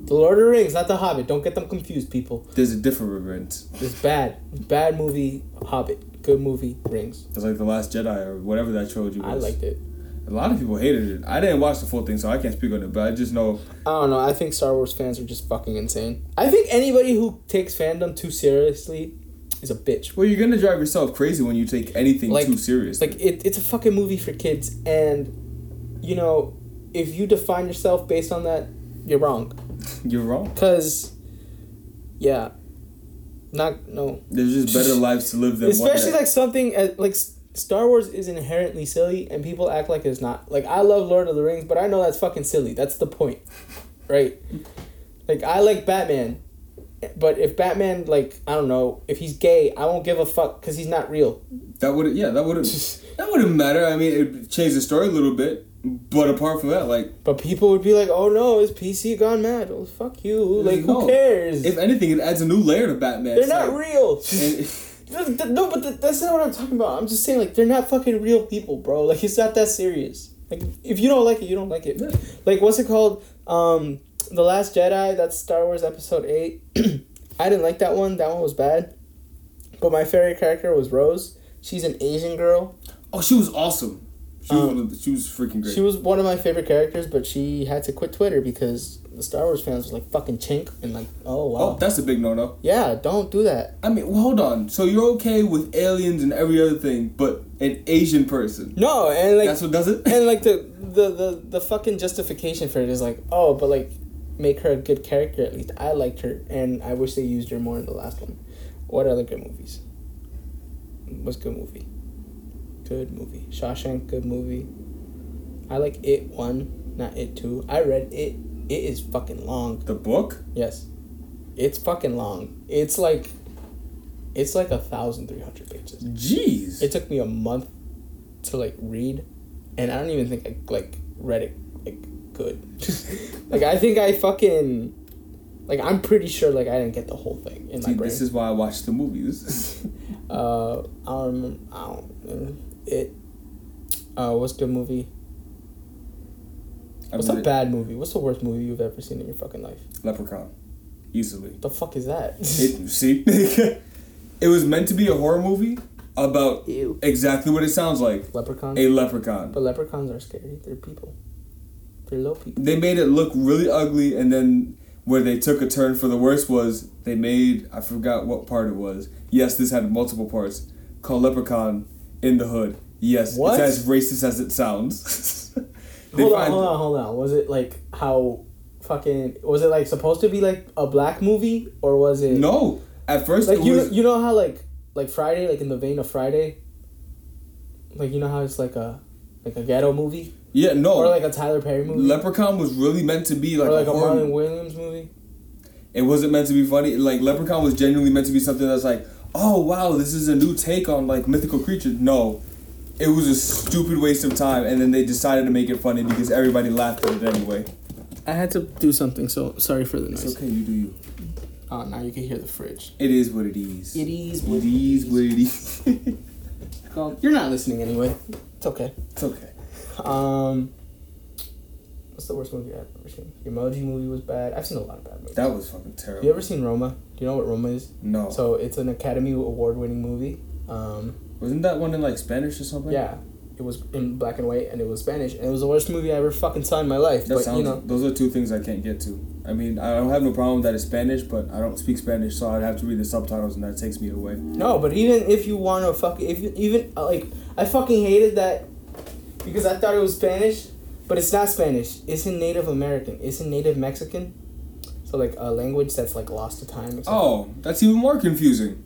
The Lord of the Rings, not The Hobbit. Don't get them confused, people.
There's a different reverence.
It's bad. Bad movie, Hobbit. Good movie, Rings.
It's like the Last Jedi or whatever that trilogy was.
I liked it.
A lot of people hated it. I didn't watch the full thing, so I can't speak on it. But I just know
I don't know. I think Star Wars fans are just fucking insane. I think anybody who takes fandom too seriously is a bitch.
Well, you're gonna drive yourself crazy when you take anything
Like-
too serious.
It's like it, it's a fucking movie for kids, and you know, if you define yourself based on that, you're wrong.
you're wrong.
Cause, yeah, not no.
There's just better lives to live than
Especially
one.
like something as, like S- Star Wars is inherently silly, and people act like it's not. Like I love Lord of the Rings, but I know that's fucking silly. That's the point, right? Like I like Batman, but if Batman like I don't know if he's gay, I won't give a fuck because he's not real.
like that would yeah that wouldn't that wouldn't matter. I mean, it changed the story a little bit, but apart from that, like
But people would be like, "Oh no, is PC gone mad? Well, fuck you! Like,
No.
who cares?
if anything, it adds a new layer to Batman.
they're
It's
not
like-
real."
and-
Th- th- no, but th- that's not what I'm talking about. I'm just saying, like, they're not fucking real people, bro. Like, it's not that serious. Like, if you don't like it, you don't like it.
Yeah.
Like, what's it called? Um, The Last Jedi. That's Star Wars Episode Eight. I didn't like that one. That one was bad. But my favorite character was Rose. She's an Asian girl.
oh, she was awesome. She was,
Um,
one of the, she was freaking great.
She was one of my favorite characters, but she had to quit Twitter because the Star Wars fans was like fucking chink and like, oh wow,
oh, that's a big no no.
yeah, don't do that.
I mean, well, hold on. So you're okay with aliens and every other thing, but an Asian person.
No, and like
That's what does it.
and like the, the the the fucking justification for it is like, oh, but like make her a good character at least. I liked her, and I wish they used her more in the last one. What other good movies? What's good movie? Good movie. Shawshank, good movie. I like it one, not it two. I read it. It is fucking long.
The book.
Yes. It's fucking long. It's like it's like a thousand three hundred pages.
Jeez.
It took me a month to like read and I don't even think I like read it like good. like I think I fucking like I'm pretty sure like I didn't get the whole thing in my
See,
brain.
this is why I watch the movies.
uh I don't remember I don't remember. it uh what's a good movie?
I
What's
mean,
a bad movie? What's the worst movie you've ever seen in your fucking life?
Leprechaun, easily.
The fuck is that?
It, see, it was meant to be a horror movie about
Ew.
exactly what it sounds like:
Leprechaun.
a leprechaun.
But leprechauns are scary. They're people. They're low people.
They made it look really ugly, and then where they took a turn for the worse was they made I forgot what part it was. Yes, this had multiple parts. Called Leprechaun in the Hood. Yes,
What?
it's as racist as it sounds. They
Hold on,
find-
hold on, hold on. Was it like how fucking was it like supposed to be like a black movie or was it
No, at first
like
it
you
was.
you know how like like Friday like in the vein of Friday, like you know how it's like a like a ghetto movie
yeah, no.
or like a Tyler Perry movie
Leprechaun was really meant to be like,
or like
a
a
horror.
Marlon Williams movie.
It wasn't meant to be funny. Like Leprechaun was genuinely meant to be something that's like, oh wow, this is a new take on like mythical creatures. No, it was a stupid waste of time, and then they decided to make it funny because everybody laughed at it anyway.
I had to do something, so sorry for the
It's okay, you do you.
Oh, now you can hear the fridge.
It is what it is.
It is
It is what it is.
You're not listening anyway. It's okay.
it's okay.
Um, What's the worst movie I've ever seen? The Emoji movie was bad. I've seen a lot of bad movies.
That was fucking terrible.
you ever seen Roma? Do you know what Roma is?
no.
So it's an Academy Award winning movie. Um,
Wasn't that one in like Spanish or something?
yeah, it was in black and white and it was Spanish and it was the worst movie I ever fucking saw in my life.
That
but
sounds.
you know,
Those are two things I can't get to. I mean, I don't have no problem that it's Spanish, but I don't speak Spanish, so I'd have to read the subtitles, and that takes me away.
No, but even if you want to fuck, if you even uh, like, I fucking hated that because I thought it was Spanish, but it's not Spanish. It's in Native American. It's in Native Mexican. So like a language that's like lost to time. Or something.
Oh, that's even more confusing.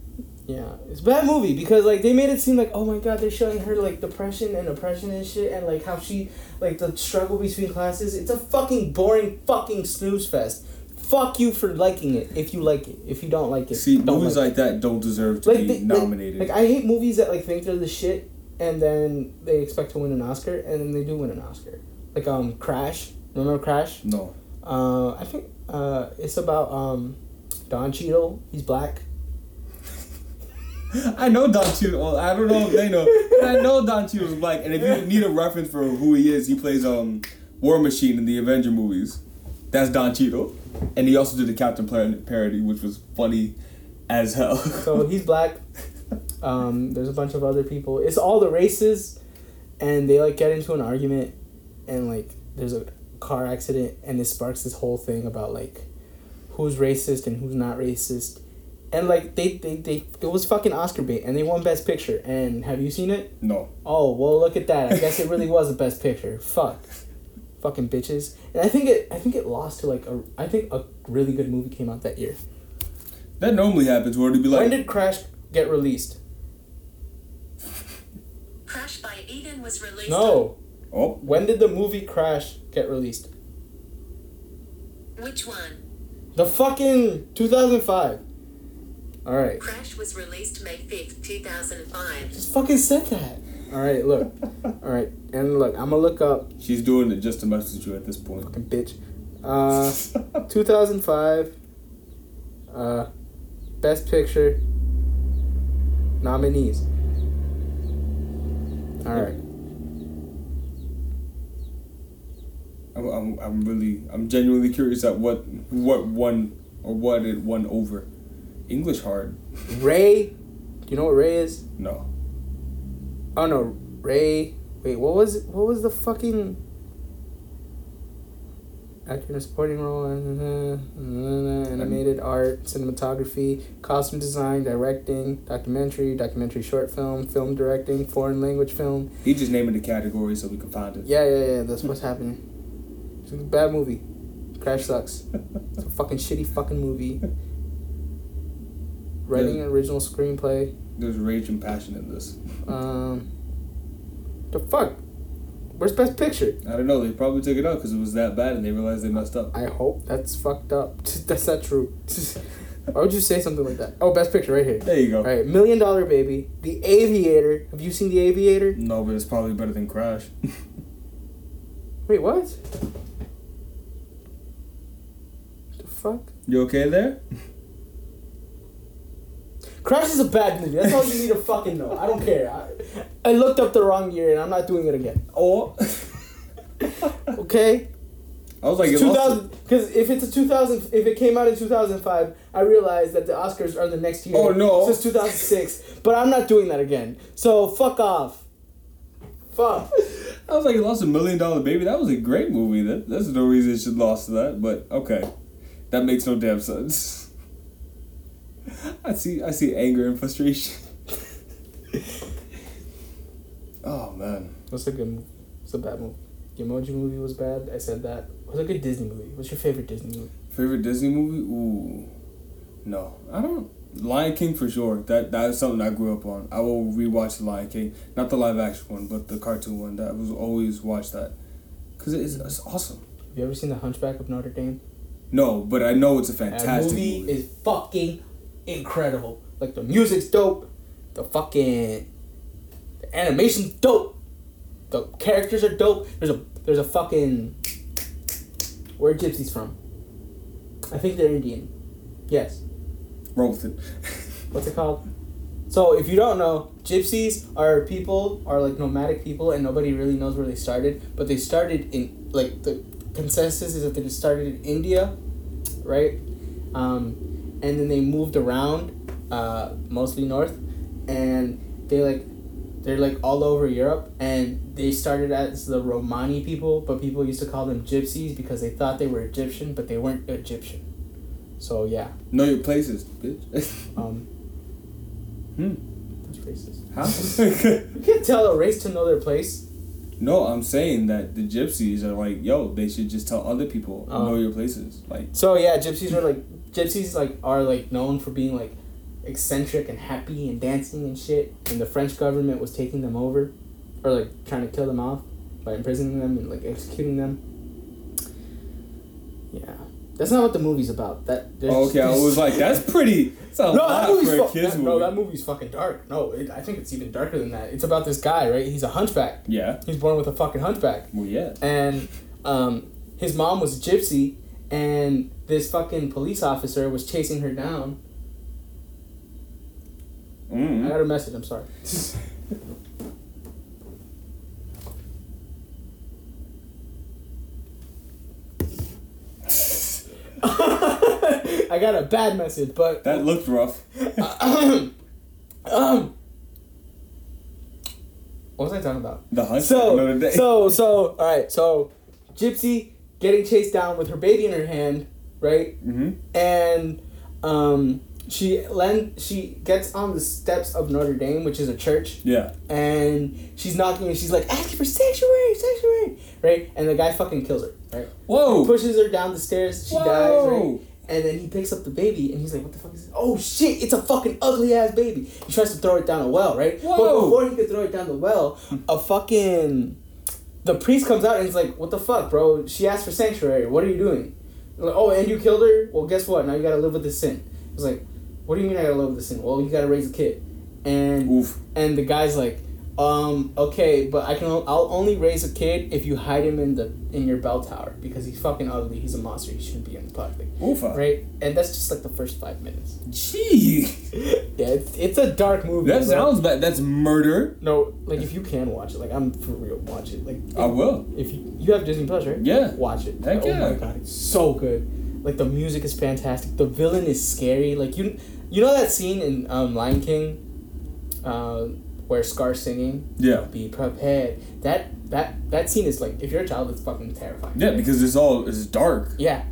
Yeah, it's a bad movie because like they made it seem like oh my god they're showing her like depression and oppression and shit and like how she like the struggle between classes. It's a fucking boring fucking snooze fest. Fuck you for liking it if you like it. If you don't like it,
See,
don't
movies
like
like
it.
that don't deserve to
Like,
be
they- like-
nominated.
Like I hate movies that like think they're the shit and then they expect to win an Oscar and then they do win an Oscar. Like um Crash. Remember Crash?
no,
Uh, I think uh, it's about um, Don Cheadle. He's black.
I know Don Cheadle. Well, I don't know if they know. but I know Don Cheadle's black, and if you need a reference for who he is, he plays um War Machine in the Avenger movies. That's Don Cheadle, and he also did the Captain Planet parody, which was funny as hell.
So he's black. Um, there's a bunch of other people. It's all the races, and they like get into an argument, and like there's a car accident, and it sparks this whole thing about like who's racist and who's not racist, and like they they, they it was fucking Oscar bait, and they won Best Picture. And have you seen it?
no,
Oh well, look at that. I guess it really was a Best Picture. Fuck, fucking bitches. And I think it I think it lost to like a I think a really good movie came out that year.
that normally happens where it'd be like
when did Crash get released?
Crash by Aiden was released.
No.
oh
When did the movie Crash get released?
Which one?
The fucking 2005. All right.
Crash was released May 5th, 2005.
Just fucking said that. All right, look. All right. And look, I'm going to look up
she's doing it just to mess with you at this point.
fucking bitch. Uh 2005 uh best picture nominees. All right.
I'm, I'm, I'm really I'm genuinely curious at what what won or what it won over. English hard,
Ray, do you know what Ray is?
no.
Oh no, Ray. Wait, what was what was the fucking actor in a supporting role? uh, Animated art, cinematography, costume design, directing, documentary, documentary short film, film directing, foreign language film.
He just naming the category so we can find it.
Yeah, yeah, yeah. That's what's happening. It's a bad movie. Crash sucks. It's a fucking shitty fucking movie. Writing
Yeah.
an original screenplay.
There's rage and passion in this.
Um, the fuck. Where's Best Picture?
I don't know. They probably took it out because it was that bad, and they realized they messed up.
I hope that's fucked up. that's not true. Why would you say something like that? Oh, best picture right here.
There you go.
All right, Million Dollar Baby, The Aviator. Have you seen The Aviator?
No, but it's probably better than Crash.
Wait, what? The fuck?
you okay there?
Crash is a bad movie. That's all you need to fucking know. I don't care. I, I looked up the wrong year and I'm not doing it again.
Oh.
Okay.
I was like, it
Two
lost
thousand. Because if it's a two thousand, if it came out in two thousand five, I realized that the Oscars are the next year.
Oh, no.
Since two thousand six, but I'm not doing that again. So fuck off. Fuck.
I was like, it lost a million dollar baby. That was a great movie. That that's no reason it should lost to that. But okay, that makes no damn sense. I see. I see anger and frustration. oh man,
What's a good movie? What's a bad movie? The Emoji movie was bad. I said that. What's a good Disney movie? What's your favorite Disney movie?
favorite Disney movie? Ooh, no, I don't. Lion King for sure. That that is something I grew up on. I will rewatch the Lion King, not the live action one, but the cartoon one. That was always watch that, cause it's, it's awesome.
Have you ever seen The Hunchback of Notre Dame?
No, but I know it's a
That
fantastic
movie is fucking incredible. Like the music's dope. The fucking the animation's dope. The characters are dope. There's a there's a fucking where are gypsies from? I think they're Indian. Yes.
Rollton.
What's it called? So if you don't know, gypsies are people are like nomadic people and nobody really knows where they started, but they started in like the consensus is that it started in India, right? Um, and then they moved around, uh, mostly north, and they like, they're like all over Europe, and they started as the Romani people, but people used to call them gypsies because they thought they were Egyptian, but they weren't Egyptian. So yeah,
Know your places, bitch.
um,
hmm.
that's racist.
How?
You can't tell a race to know their place.
no, I'm saying that the gypsies are like, yo, they should just tell other people
Oh.
know your places. Like,
So yeah, gypsies are like gypsies like are like known for being like eccentric and happy and dancing and shit. And the French government was taking them over, or like trying to kill them off by imprisoning them and like executing them. Yeah, that's not what the movie's about. That there's-
Oh, okay, I was like, that's pretty. It's a
No, that
lot
movie's
for a
fu-
kids
that,
movie.
no, that movie's fucking dark. No, it, I think it's even darker than that. It's about this guy, right? He's a hunchback.
yeah.
He's born with a fucking hunchback
Well, yeah.
and um, his mom was a gypsy, and this fucking police officer was chasing her down. I
Mm.
got a message. I'm sorry. I got a bad message, but
That looked rough.
um, what was I talking about?
The hunch.
So,
another day.
so, so, all right. So, Gypsy getting chased down with her baby in her hand, right?
hmm
and um, she land she gets on the steps of Notre Dame, which is a church,
Yeah.
and she's knocking and she's like asking for sanctuary, sanctuary, right? And the guy fucking kills her, right?
Whoa.
Pushes her down the stairs, she dies, right?
Whoa.
And then he picks up the baby and he's like, What the fuck is this? Oh shit, it's a fucking ugly ass baby. He tries to throw it down a well, right? But
Whoa.
before he could throw it down the well, a fucking the priest comes out and he's like, What the fuck, bro? She asked for sanctuary. What are you doing? Like, oh, and you killed her? Well, guess what? Now you gotta live with this sin. He's like, What do you mean I gotta live with this sin? Well, you gotta raise a kid. And
Oof.
and the guy's like, um, okay, but I can I'll only raise a kid if you hide him in the in your bell tower because he's fucking ugly. He's a monster. He shouldn't be in the public,
Oofa.
right? And that's just like the first five minutes.
Gee.
Yeah, it's, it's a dark movie.
That
bro.
sounds bad. That's murder.
no like if you can watch it, like I'm for real, watch it. Like
I will.
if you you have Disney Plus, right?
Yeah.
Watch it.
Heck
oh
yeah.
my god, it's so good. Like the music is fantastic. The villain is scary. Like you you know that scene in um, Lion King, uh, where Scar's singing.
Yeah.
be prepared. That that that scene is like if you're a child, it's fucking terrifying.
Yeah,
Like,
because it's all it's dark.
yeah,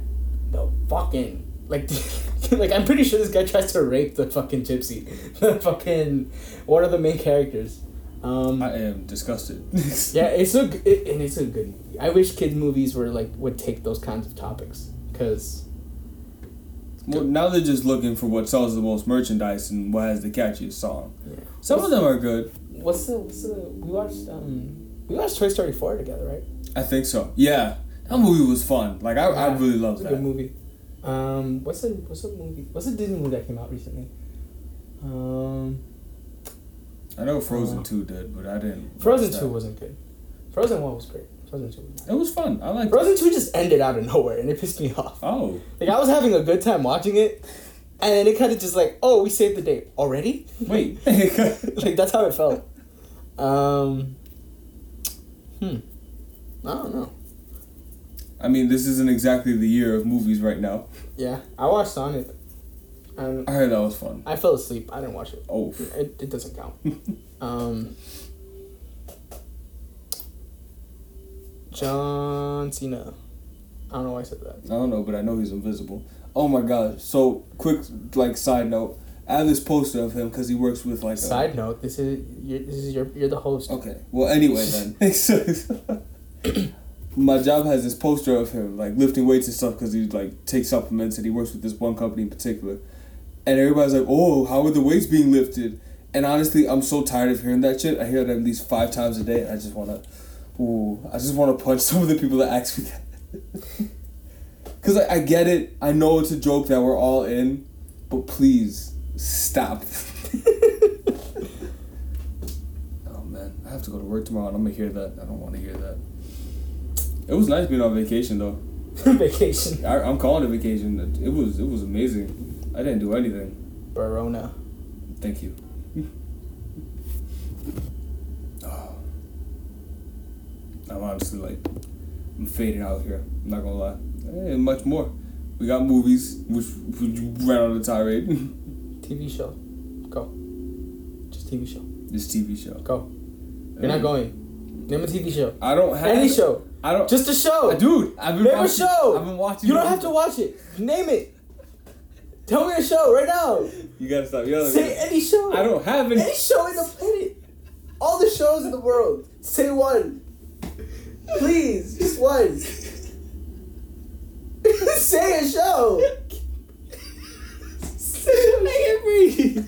the fucking like like I'm pretty sure this guy tries to rape the fucking gypsy, the fucking one of the main characters. Um,
I am disgusted.
yeah, it's a g- it, and it's a good movie. I wish kids movies were like would take those kinds of topics because
Well, now they're just looking for what sells the most merchandise and what has the catchiest song.
yeah.
Some of them are good.
what's the what's the we watched um we watched Toy Story four together right?
I think so. Yeah. That movie was fun. Like I, I really loved
It's
that.
a good movie. Um, what's a what's a movie? What's a Disney movie that came out recently? Um,
I know Frozen
Uh,
2 did, but I didn't.
Frozen
watch
two
that.
wasn't good. Frozen one was great. Frozen two. Was
It was fun. I
not.
liked it.
Frozen two just ended out of nowhere and it pissed me off.
Oh.
Like I was having a good time watching it, and then it kind of just like, oh, we saved the day already.
Wait.
like that's how it felt. Um. Hmm. I don't know.
I mean, this isn't exactly the year of movies right now.
Yeah, I watched Sonic, and
I heard that was fun.
I fell asleep. I didn't watch it.
Oh.
It, it doesn't count. um, John Cena. I don't know why I said that.
I don't know, but I know he's invisible. Oh my gosh. So, quick, like, side note. I have this poster of him because he works with, like, a-
Side note: This is you're, this is your you're the host.
Okay. Well, anyway, then. So, My job has this poster of him, like, lifting weights and stuff because he, like, takes supplements and he works with this one company in particular. And everybody's like, oh, how are the weights being lifted? And honestly, I'm so tired of hearing that shit. I hear it at least five times a day. And I just want to, ooh, I just want to punch some of the people that ask me that. Because I, I get it. I know it's a joke that we're all in, but please stop. oh man, I have to go to work tomorrow and I'm gonna hear that. I don't want to hear that. It was nice being on vacation though.
Vacation.
I, I'm calling it vacation. It was it was amazing. I didn't do anything.
Barona.
Thank you. oh. I'm Ah. honestly like, I'm faded out here. I'm not gonna lie. And much more. We got movies, which which you ran on a tirade.
TV show. Go. Just TV show.
this TV show. Eh.
Go. You're not going. Name a TV show.
I don't have
Any show.
I don't.
Just a show.
dude. I've been
Name a
watching,
show.
I've been watching.
You don't have to watch it. Name it. Tell me a show right now.
You gotta stop yelling.
Say any show.
I don't have any.
Any show in the planet. All the shows in the world. Say one. Please, just one. Say a show. I can't breathe.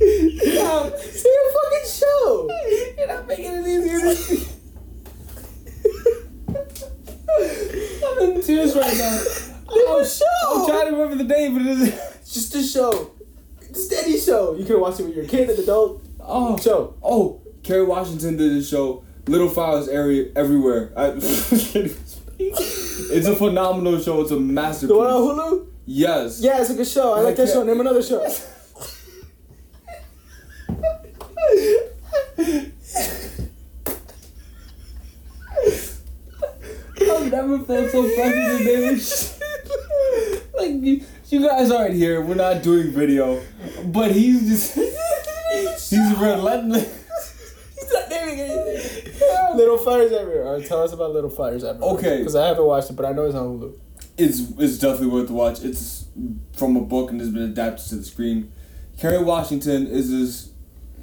Yeah, say a fucking show. You're not making it easier to
I'm in tears right now.
Name a show.
I'm trying to remember the name, but it isn't.
Just a show. Just any show. You could watch it with your kid, an adult.
Oh,
Show.
oh, Kerry Washington did this show. Little Fires area everywhere. I, it's a phenomenal show. It's a masterpiece.
The one on Hulu?
Yes.
Yeah, it's a good show. I like that show. Name another show.
I've never felt so fucking diminished. like you, you guys aren't here. We're not doing video, but he's just he's relentless.
He's not naming anything. Little Fires Everywhere. All right, tell us about Little Fires Everywhere.
Okay.
Because I haven't watched it, but I know it's on Hulu.
It's it's definitely worth the watch. It's from a book and has been adapted to the screen. Kerry Washington is this.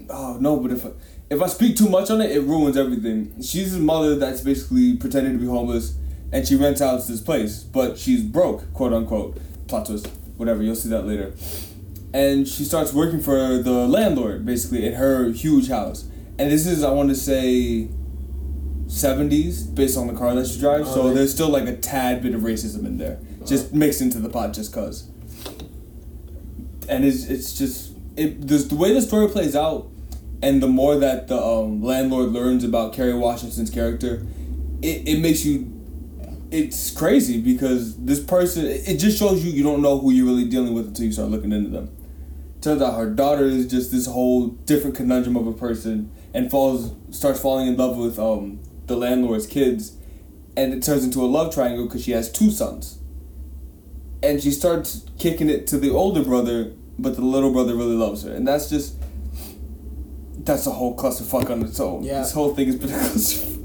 Oh no, but if I, if I speak too much on it, it ruins everything. She's a mother that's basically pretending to be homeless, and she rents out this place, but she's broke, quote unquote. Plot twist, whatever. You'll see that later. and she starts working for the landlord basically in her huge house. And this is, I want to say, 70s based on the car that she drives. so
Alright.
there's still like a tad bit of racism in there, just mixed into the pot just cause. And it's it's just it this, the way the story plays out, and the more that the um, landlord learns about Kerry Washington's character, it, it makes you it's crazy because this person it it just shows you you don't know who you're really dealing with until you start looking into them turns out her daughter is just this whole different conundrum of a person and falls starts falling in love with um the landlord's kids and it turns into a love triangle because she has two sons and she starts kicking it to the older brother but the little brother really loves her and that's just that's a whole clusterfuck on its own
Yeah.
this whole thing has been a clusterfuck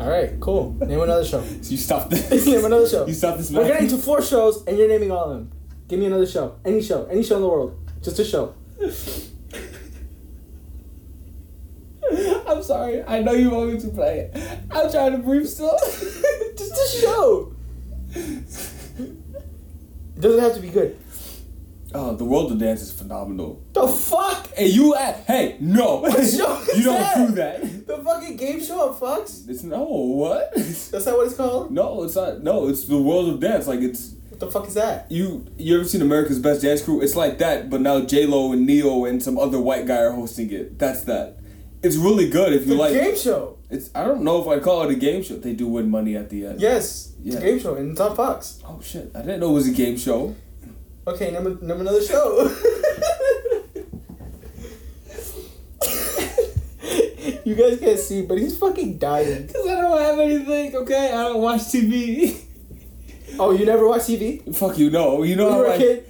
All right, cool. Name another show.
you stop this
Name another show.
you stop this
We're
man.
getting to four shows, and you're naming all of them. Give me another show. Any show. Any show in the world. Just a show.
I'm sorry. I know you want me to play it. I'm trying to breathe still.
Just a show. It doesn't have to be good.
oh, the world of dance is phenomenal.
The fuck?
Hey, you at? Hey, no. you
show is
don't
that?
do that.
The fucking game show on Fox?
It's no what?
That's not what it's called?
no, it's not. No, it's the world of dance. Like it's
What the fuck is that?
you. You ever seen America's Best Dance Crew? It's like that, but now J Lo and Neo and some other white guy are hosting it. That's that. It's really good if you
The
like.
game show.
It's. I don't know if I call it a game show. They do win money at the end.
Yes. It's
Yeah.
a game show, and it's on Fox.
Oh shit! I didn't know it was a game show.
Okay, number number another show. you guys can't see, but he's fucking dying.
Cause I don't have anything. Okay, I don't watch TV.
Oh, you never watched TV?
Fuck you, no. You know
When you
how
were a
I
kid?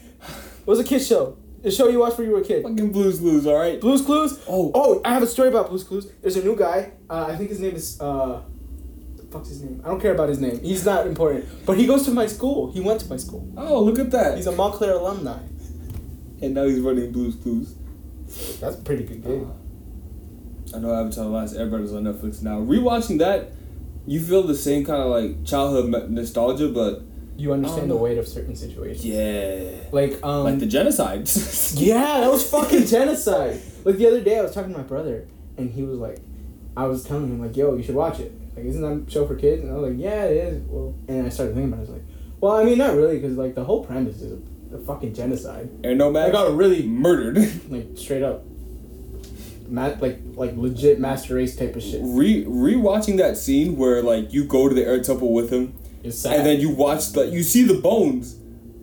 What was a kid show? The show you watched when you were a kid.
fucking blues lose, alright?
Blues Clues.
Oh.
oh, I have a story about Blues Clues. There's a new guy. Uh, I think his name is uh, the fuck's his name? I don't care about his name. He's not important. But he goes to my school. He went to my school.
Oh, look at that.
He's a Montclair alumni.
and now he's running blues clues.
That's a pretty good gig.
I know Avatar The Last Airbenders on Netflix now. Rewatching that, you feel the same kind of like childhood me- nostalgia, but
You understand
Um,
the weight of certain situations.
yeah.
Like um.
Like the genocide.
Yeah, that was fucking genocide. Like the other day, I was talking to my brother, and he was like, I was telling him like, "Yo, you should watch it. Like, isn't that a show for kids?" And I was like, "Yeah, it is." Well, and I started thinking about it. I was like, "Well, I mean, not really, because like the whole premise is a, a fucking genocide.
Air Nomad.
I got really
murdered.
like straight up, ma- like like legit master race type of shit.
Re rewatching that scene where like you go to the air temple with him,
It's sad.
and then you watch like you see the bones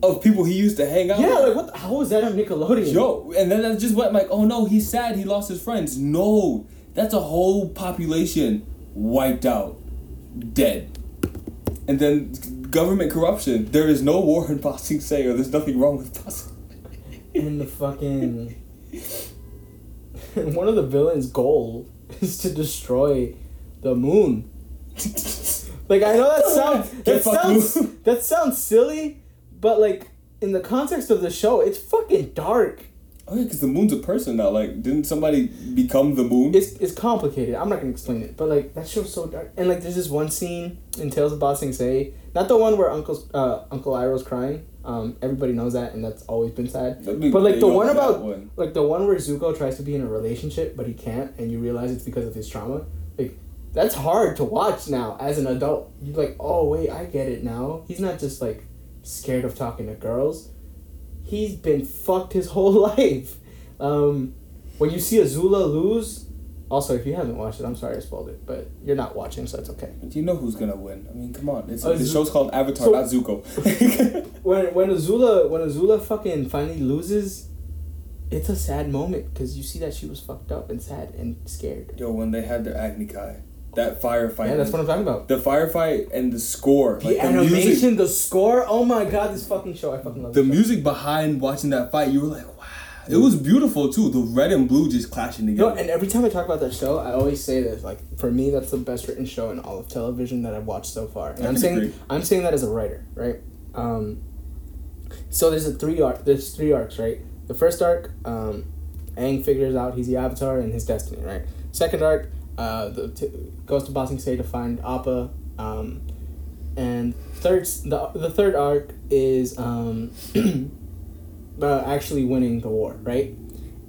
of people he used to hang out.
yeah,
with.
like what? The, how was that on Nickelodeon?
Yo, and then I just went like, oh no, he's sad. He lost his friends. No, that's a whole population wiped out, dead. And then government corruption. There is no war in Boxing Say, or there's nothing wrong with Boxing.
And the fucking one of the villains' goal is to destroy the moon. Like I know that sounds that
Get fucked,
sounds
moon.
that sounds silly, but like in the context of the show, it's fucking dark.
oh yeah, because the moon's a person now. Like, didn't somebody become the moon?
It's it's complicated. I'm not gonna explain it, but like that show's so dark. And like there's this one scene in Tales of Bossing Say, not the one where Uncle uh, Uncle Iroh's crying. Um, everybody knows that, and that's always been sad.
I mean,
but like
they
the
know
one
that
about
one.
like the one where Zuko tries to be in a relationship but he can't, and you realize it's because of his trauma. Like that's hard to watch now as an adult. You're like, oh wait, I get it now. He's not just like scared of talking to girls. He's been fucked his whole life. Um, when you see Azula lose, also if you haven't watched it, I'm sorry I spoiled it, but you're not watching, so it's okay.
Do you know who's gonna win? I mean, come on. It's,
Oh,
the
Zu-
show's called Avatar,
So-
not Zuko.
When when Azula when Azula fucking finally loses, it's a sad moment because you see that she was fucked up and sad and scared.
Yo, when they had their Agni Kai, that firefight.
Yeah, that's what I'm talking about.
the firefight and the score,
The
like the
animation,
music,
the score. Oh my god, this fucking show. I fucking love
the
this show.
music behind watching that fight, you were like, wow. It was beautiful too. The red and blue just clashing
You know,
together.
and every time I talk about that show, I always say this. Like for me, that's the best written show in all of television that I've watched so far. And
I
I'm
can
saying
agree.
I'm saying that as a writer, right? Um, so there's a three arc. There's three arcs, right? The first arc, um, Aang figures out he's the Avatar and his destiny, right? Second arc, uh, the t- goes to Bossing Say to find Appa, um, and third the the third arc is um, uh, actually winning the war, right?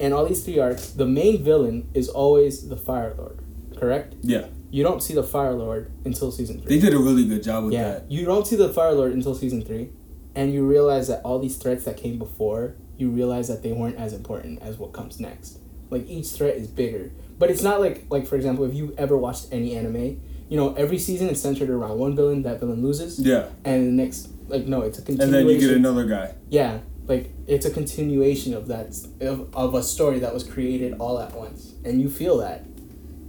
And all these three arcs, the main villain is always the Fire Lord, correct?
yeah,
You don't see the Fire Lord until season
they
three.
did a really good job with
Yeah,
that.
you don't see the Fire Lord until season three, and you realize that all these threats that came before, you realize that they weren't as important as what comes next. Like each threat is bigger, but it's not like like for example, if you ever watched any anime, you know every season is centered around one villain. That villain loses,
Yeah,
and the next like no, it's a
and
continuation.
then you get another guy.
yeah, like it's a continuation of that of, of a story that was created all at once, and you feel that.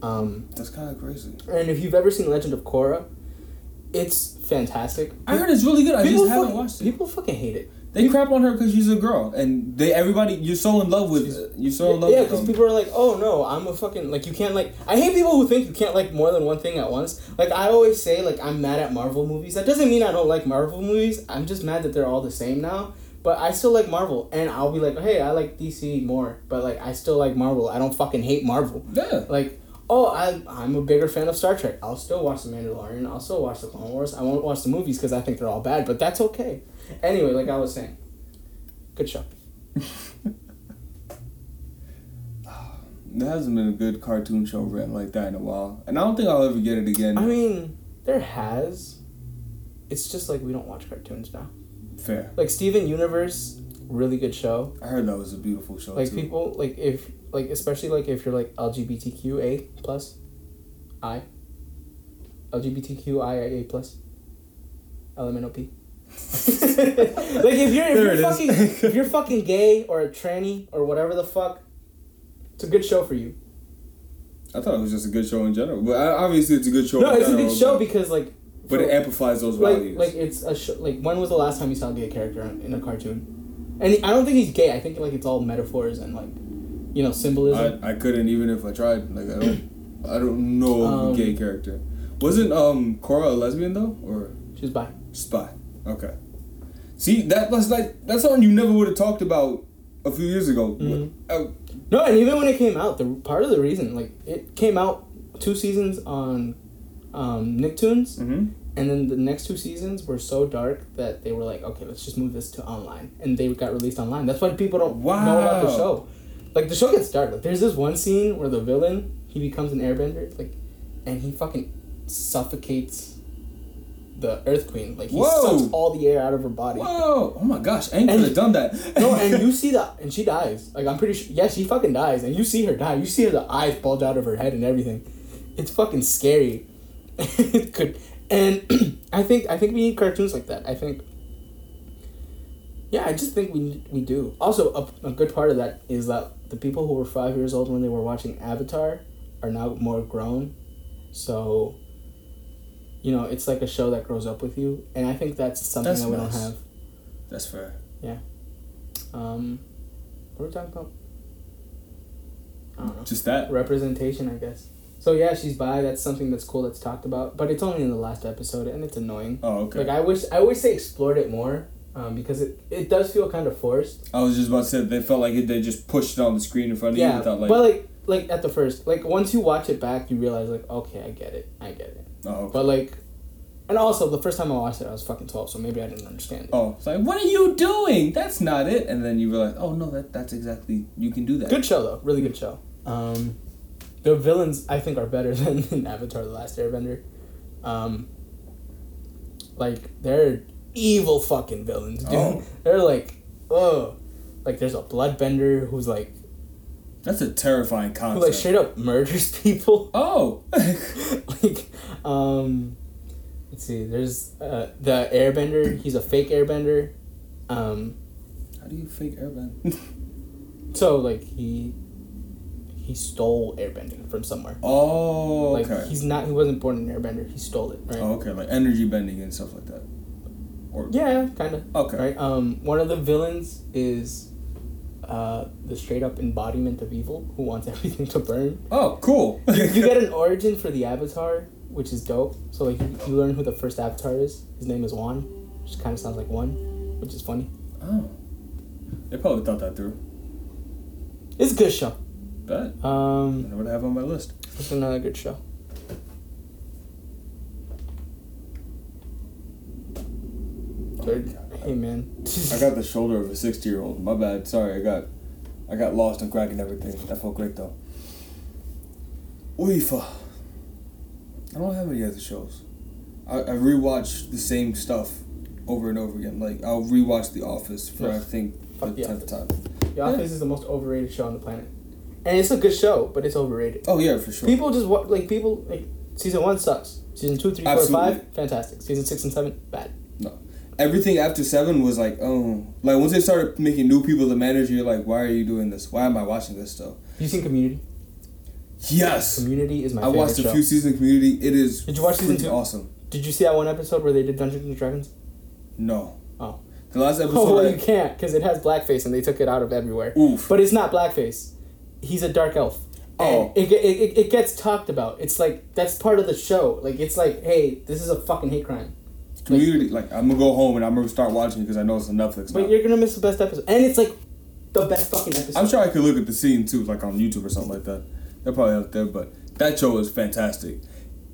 Um,
That's kind of crazy.
and if you've ever seen Legend of Korra, it's fantastic.
I heard it's really good. I just haven't
fucking,
watched it.
People fucking hate it.
They crap on her because she's a girl, and they everybody you're so in love
She's-
with. You're so in love
yeah,
with
because
them.
people are like, "Oh no, I'm a fucking like you can't like." I hate people who think you can't like more than one thing at once. Like I always say, like I'm mad at Marvel movies. That doesn't mean I don't like Marvel movies. I'm just mad that they're all the same now. But I still like Marvel, and I'll be like, "Hey, I like DC more," but like I still like Marvel. I don't fucking hate Marvel.
yeah,
Like, oh, I, I'm a bigger fan of Star Trek. I'll still watch The Mandalorian. I'll still watch The Clone Wars. I won't watch the movies because I think they're all bad, but that's okay. Anyway, like I was saying, good show.
there hasn't been a good cartoon show written like that in a while, and I don't think I'll ever get it again.
I mean, there has. It's just like we don't watch cartoons now.
Fair.
Like Steven Universe, really good show.
I heard that was a beautiful show
Like
too.
people, like if, like especially like if you're like LGBTQA plus, I. LGBTQIA plus. LMNOP. like if you're if
There
you're
it
fucking
is.
if you're fucking gay or a tranny or whatever the fuck, it's a good show for you.
I thought it was just a good show in general, but I- obviously it's a good show.
No,
in
it's a
general,
good show
but-
because like.
But
for-
it amplifies those
like
values.
like it's a sh- like when was the last time you saw a gay character on- in a cartoon? And I don't think he's gay. I think like it's all metaphors and like, you know, symbolism.
I, I couldn't even if I tried. Like I don't I don't know
Um,
a gay character. Wasn't um Cora a lesbian though or
She's bi.
spy? Okay. See that was like that's something you never would have talked about a few years ago.
Mhm.
Uh,
No, and even when it came out, the part of the reason like it came out two seasons on, um, Nicktoons,
mhm.
and then the next two seasons were so dark that they were like, okay, let's just move this to online, and they got released online. That's why people don't know about the
Wow.
show. Like the show gets dark. Like there's this one scene where the villain he becomes an airbender, like, and he fucking suffocates the Earth Queen. Like he
Whoa.
sucks all the air out of her body.
Whoa! Oh my gosh! Ain't could
And-
have done that.
No, and you see that, and she dies. Like I'm pretty sure. Yeah, she fucking dies, and you see her die. You see her the eyes bulge out of her head and everything. It's fucking scary. it could, and I think I think we need cartoons like that. I think. Yeah, I just think we we do. Also, a, a good part of that is that the people who were five years old when they were watching Avatar are now more grown, so you know, it's like a show that grows up with you, and I think that's something
That's
that we
nice.
don't have.
That's fair.
Um, what are we talking about? I don't know.
Just that.
Representation, I guess. So yeah, she's bi. That's something that's cool that's talked about, but it's only in the last episode, and it's annoying.
Oh, okay.
Like I wish, I wish they explored it more, um, because it it does feel kind of forced.
I was just about to say they felt like it, they just pushed it on the screen in front of you
yeah,
without like.
but like like at the first, like once you watch it back, you realize like okay, I get it, I get it.
oh, okay.
But like, and also the first time I watched it, I was fucking twelve, so maybe I didn't understand it.
oh, it's like what are you doing? That's not it. And then you realize, oh no, that that's exactly you can do that.
Good show though, really good show. Um, the villains I think are better than in Avatar: The Last Airbender. Um, like they're evil fucking villains, dude.
Oh.
They're like, oh, like there's a bloodbender who's like
That's a terrifying
who
concept.
like straight up murders people.
oh,
like, um, let's see. There's uh, the airbender. He's a fake airbender. Um,
how do you fake airbend?
so like he he stole airbending from somewhere.
oh,
Like
okay.
he's not he wasn't born an airbender, he stole it, right?
oh, okay. Like energy bending and stuff like that. Or
Yeah, kinda.
Okay.
Right? Um one of the villains is uh the straight up embodiment of evil who wants everything to burn.
Oh, cool.
You get an origin for the avatar, which is dope. So like you, you learn who the first avatar is. His name is Wan, which kinda sounds like one, which is funny.
oh, they probably thought that through.
It's a good show.
Bet. I
Um
know what I have on my list.
it's another good show. Third- Hey man.
I got the shoulder of a sixty-year-old. My bad. Sorry, I got, I got lost in cracking everything. That felt great though. Uefa. I don't have any other shows. I, I rewatch the same stuff over and over again. Like I'll rewatch The Office for I
Yes.
think the
Fuck The
tenth time.
The Office is the most overrated show on the planet, and it's a good show, but it's overrated.
Oh yeah, for sure.
People just wa- like people like season one sucks. Season two, three, four, five,
Absolutely.
fantastic. Season six and seven, bad.
everything after seven was like, oh, like once they started making new people the manager, you're like, why are you doing this? Why am I watching this stuff?
You seen Community?
Yes,
Community is my
I
favorite
watched
show.
a few seasons of Community. It is.
Did you watch season
freaking
two?
Awesome.
Did you see that one episode where they did Dungeons and Dragons?
No.
Oh.
The last episode.
Oh, well,
I-
you can't because it has blackface and they took it out of everywhere.
Oof.
But it's not blackface. He's a dark elf.
Oh.
And It, ge- it, it, it gets talked about. It's like, that's part of the show. Like, it's like, hey, this is a fucking hate crime.
Community, like I'm gonna go home and I'm gonna start watching because I know it's on Netflix.
But
now.
you're gonna miss the best episode, and it's like the best fucking episode.
I'm sure I could look at the scene too, like on YouTube or something like that. They're probably out there, but that show is fantastic.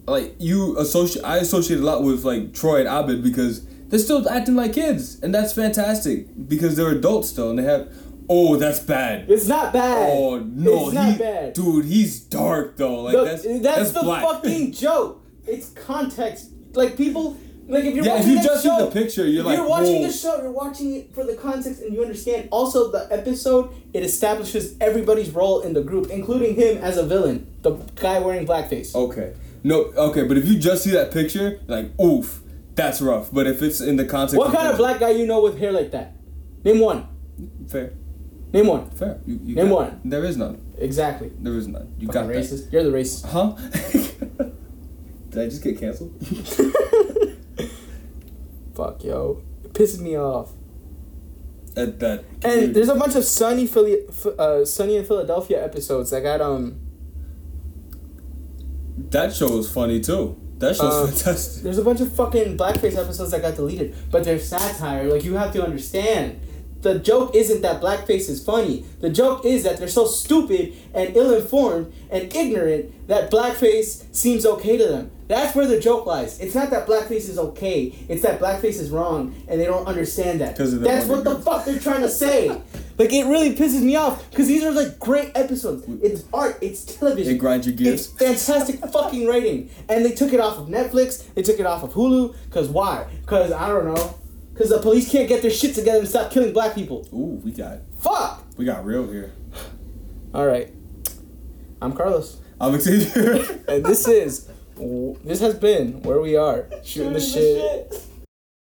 Like you associate, I associate a lot with like Troy and Abed because they're still acting like kids, and that's fantastic because they're adults still and they have. Oh, that's bad.
It's not bad.
Oh no,
it's not
he-
bad.
dude, he's dark though. Like
The-
that's,
that's,
that's
the
black.
fucking joke. It's context. Like people, like if you're
Yeah, if
watching
you
that
just see
show,
the picture, you're
if
like,
you're watching
whoa.
the show. You're watching it for the context, and you understand. Also, the episode it establishes everybody's role in the group, including him as a villain, the guy wearing blackface.
Okay. No, okay, but if you just see that picture, like, oof, that's rough. But if it's in the context
what kind of black guy you know with hair like that? Name one.
Fair,
Name one.
fair. You, you
Name
got-
one.
There is none.
Exactly.
There is none. You
Fucking
got that.
racist. You're the racist.
Huh? Did I just get canceled?
Fuck yo, it pisses me off.
At that.
And there's a bunch of Sunny Philly, Ph- uh, Sunny in Philadelphia episodes that got um.
that show is funny too. That show's
Uh,
fantastic.
There's a bunch of fucking blackface episodes that got deleted, but they're satire. Like you have to understand, the joke isn't that blackface is funny. The joke is that they're so stupid and ill-informed and ignorant that blackface seems okay to them. That's where the joke lies. It's not that blackface is okay. It's that blackface is wrong, and they don't understand that.
'Cause of their
That's
own
what the
ignorance.
fuck they're trying to say. like it really pisses me off because these are like great episodes. It's art. It's
It
television.
grinds your gears.
It's fantastic fucking rating. And they took it off of Netflix. They took it off of Hulu. Cause why? Cause I don't know. Cause the police can't get their shit together and stop killing black people.
Ooh, we got
Fuck.
we got real here.
All right. I'm Carlos,
I'm Xavier.
and this is. This has been where we are shooting the shit.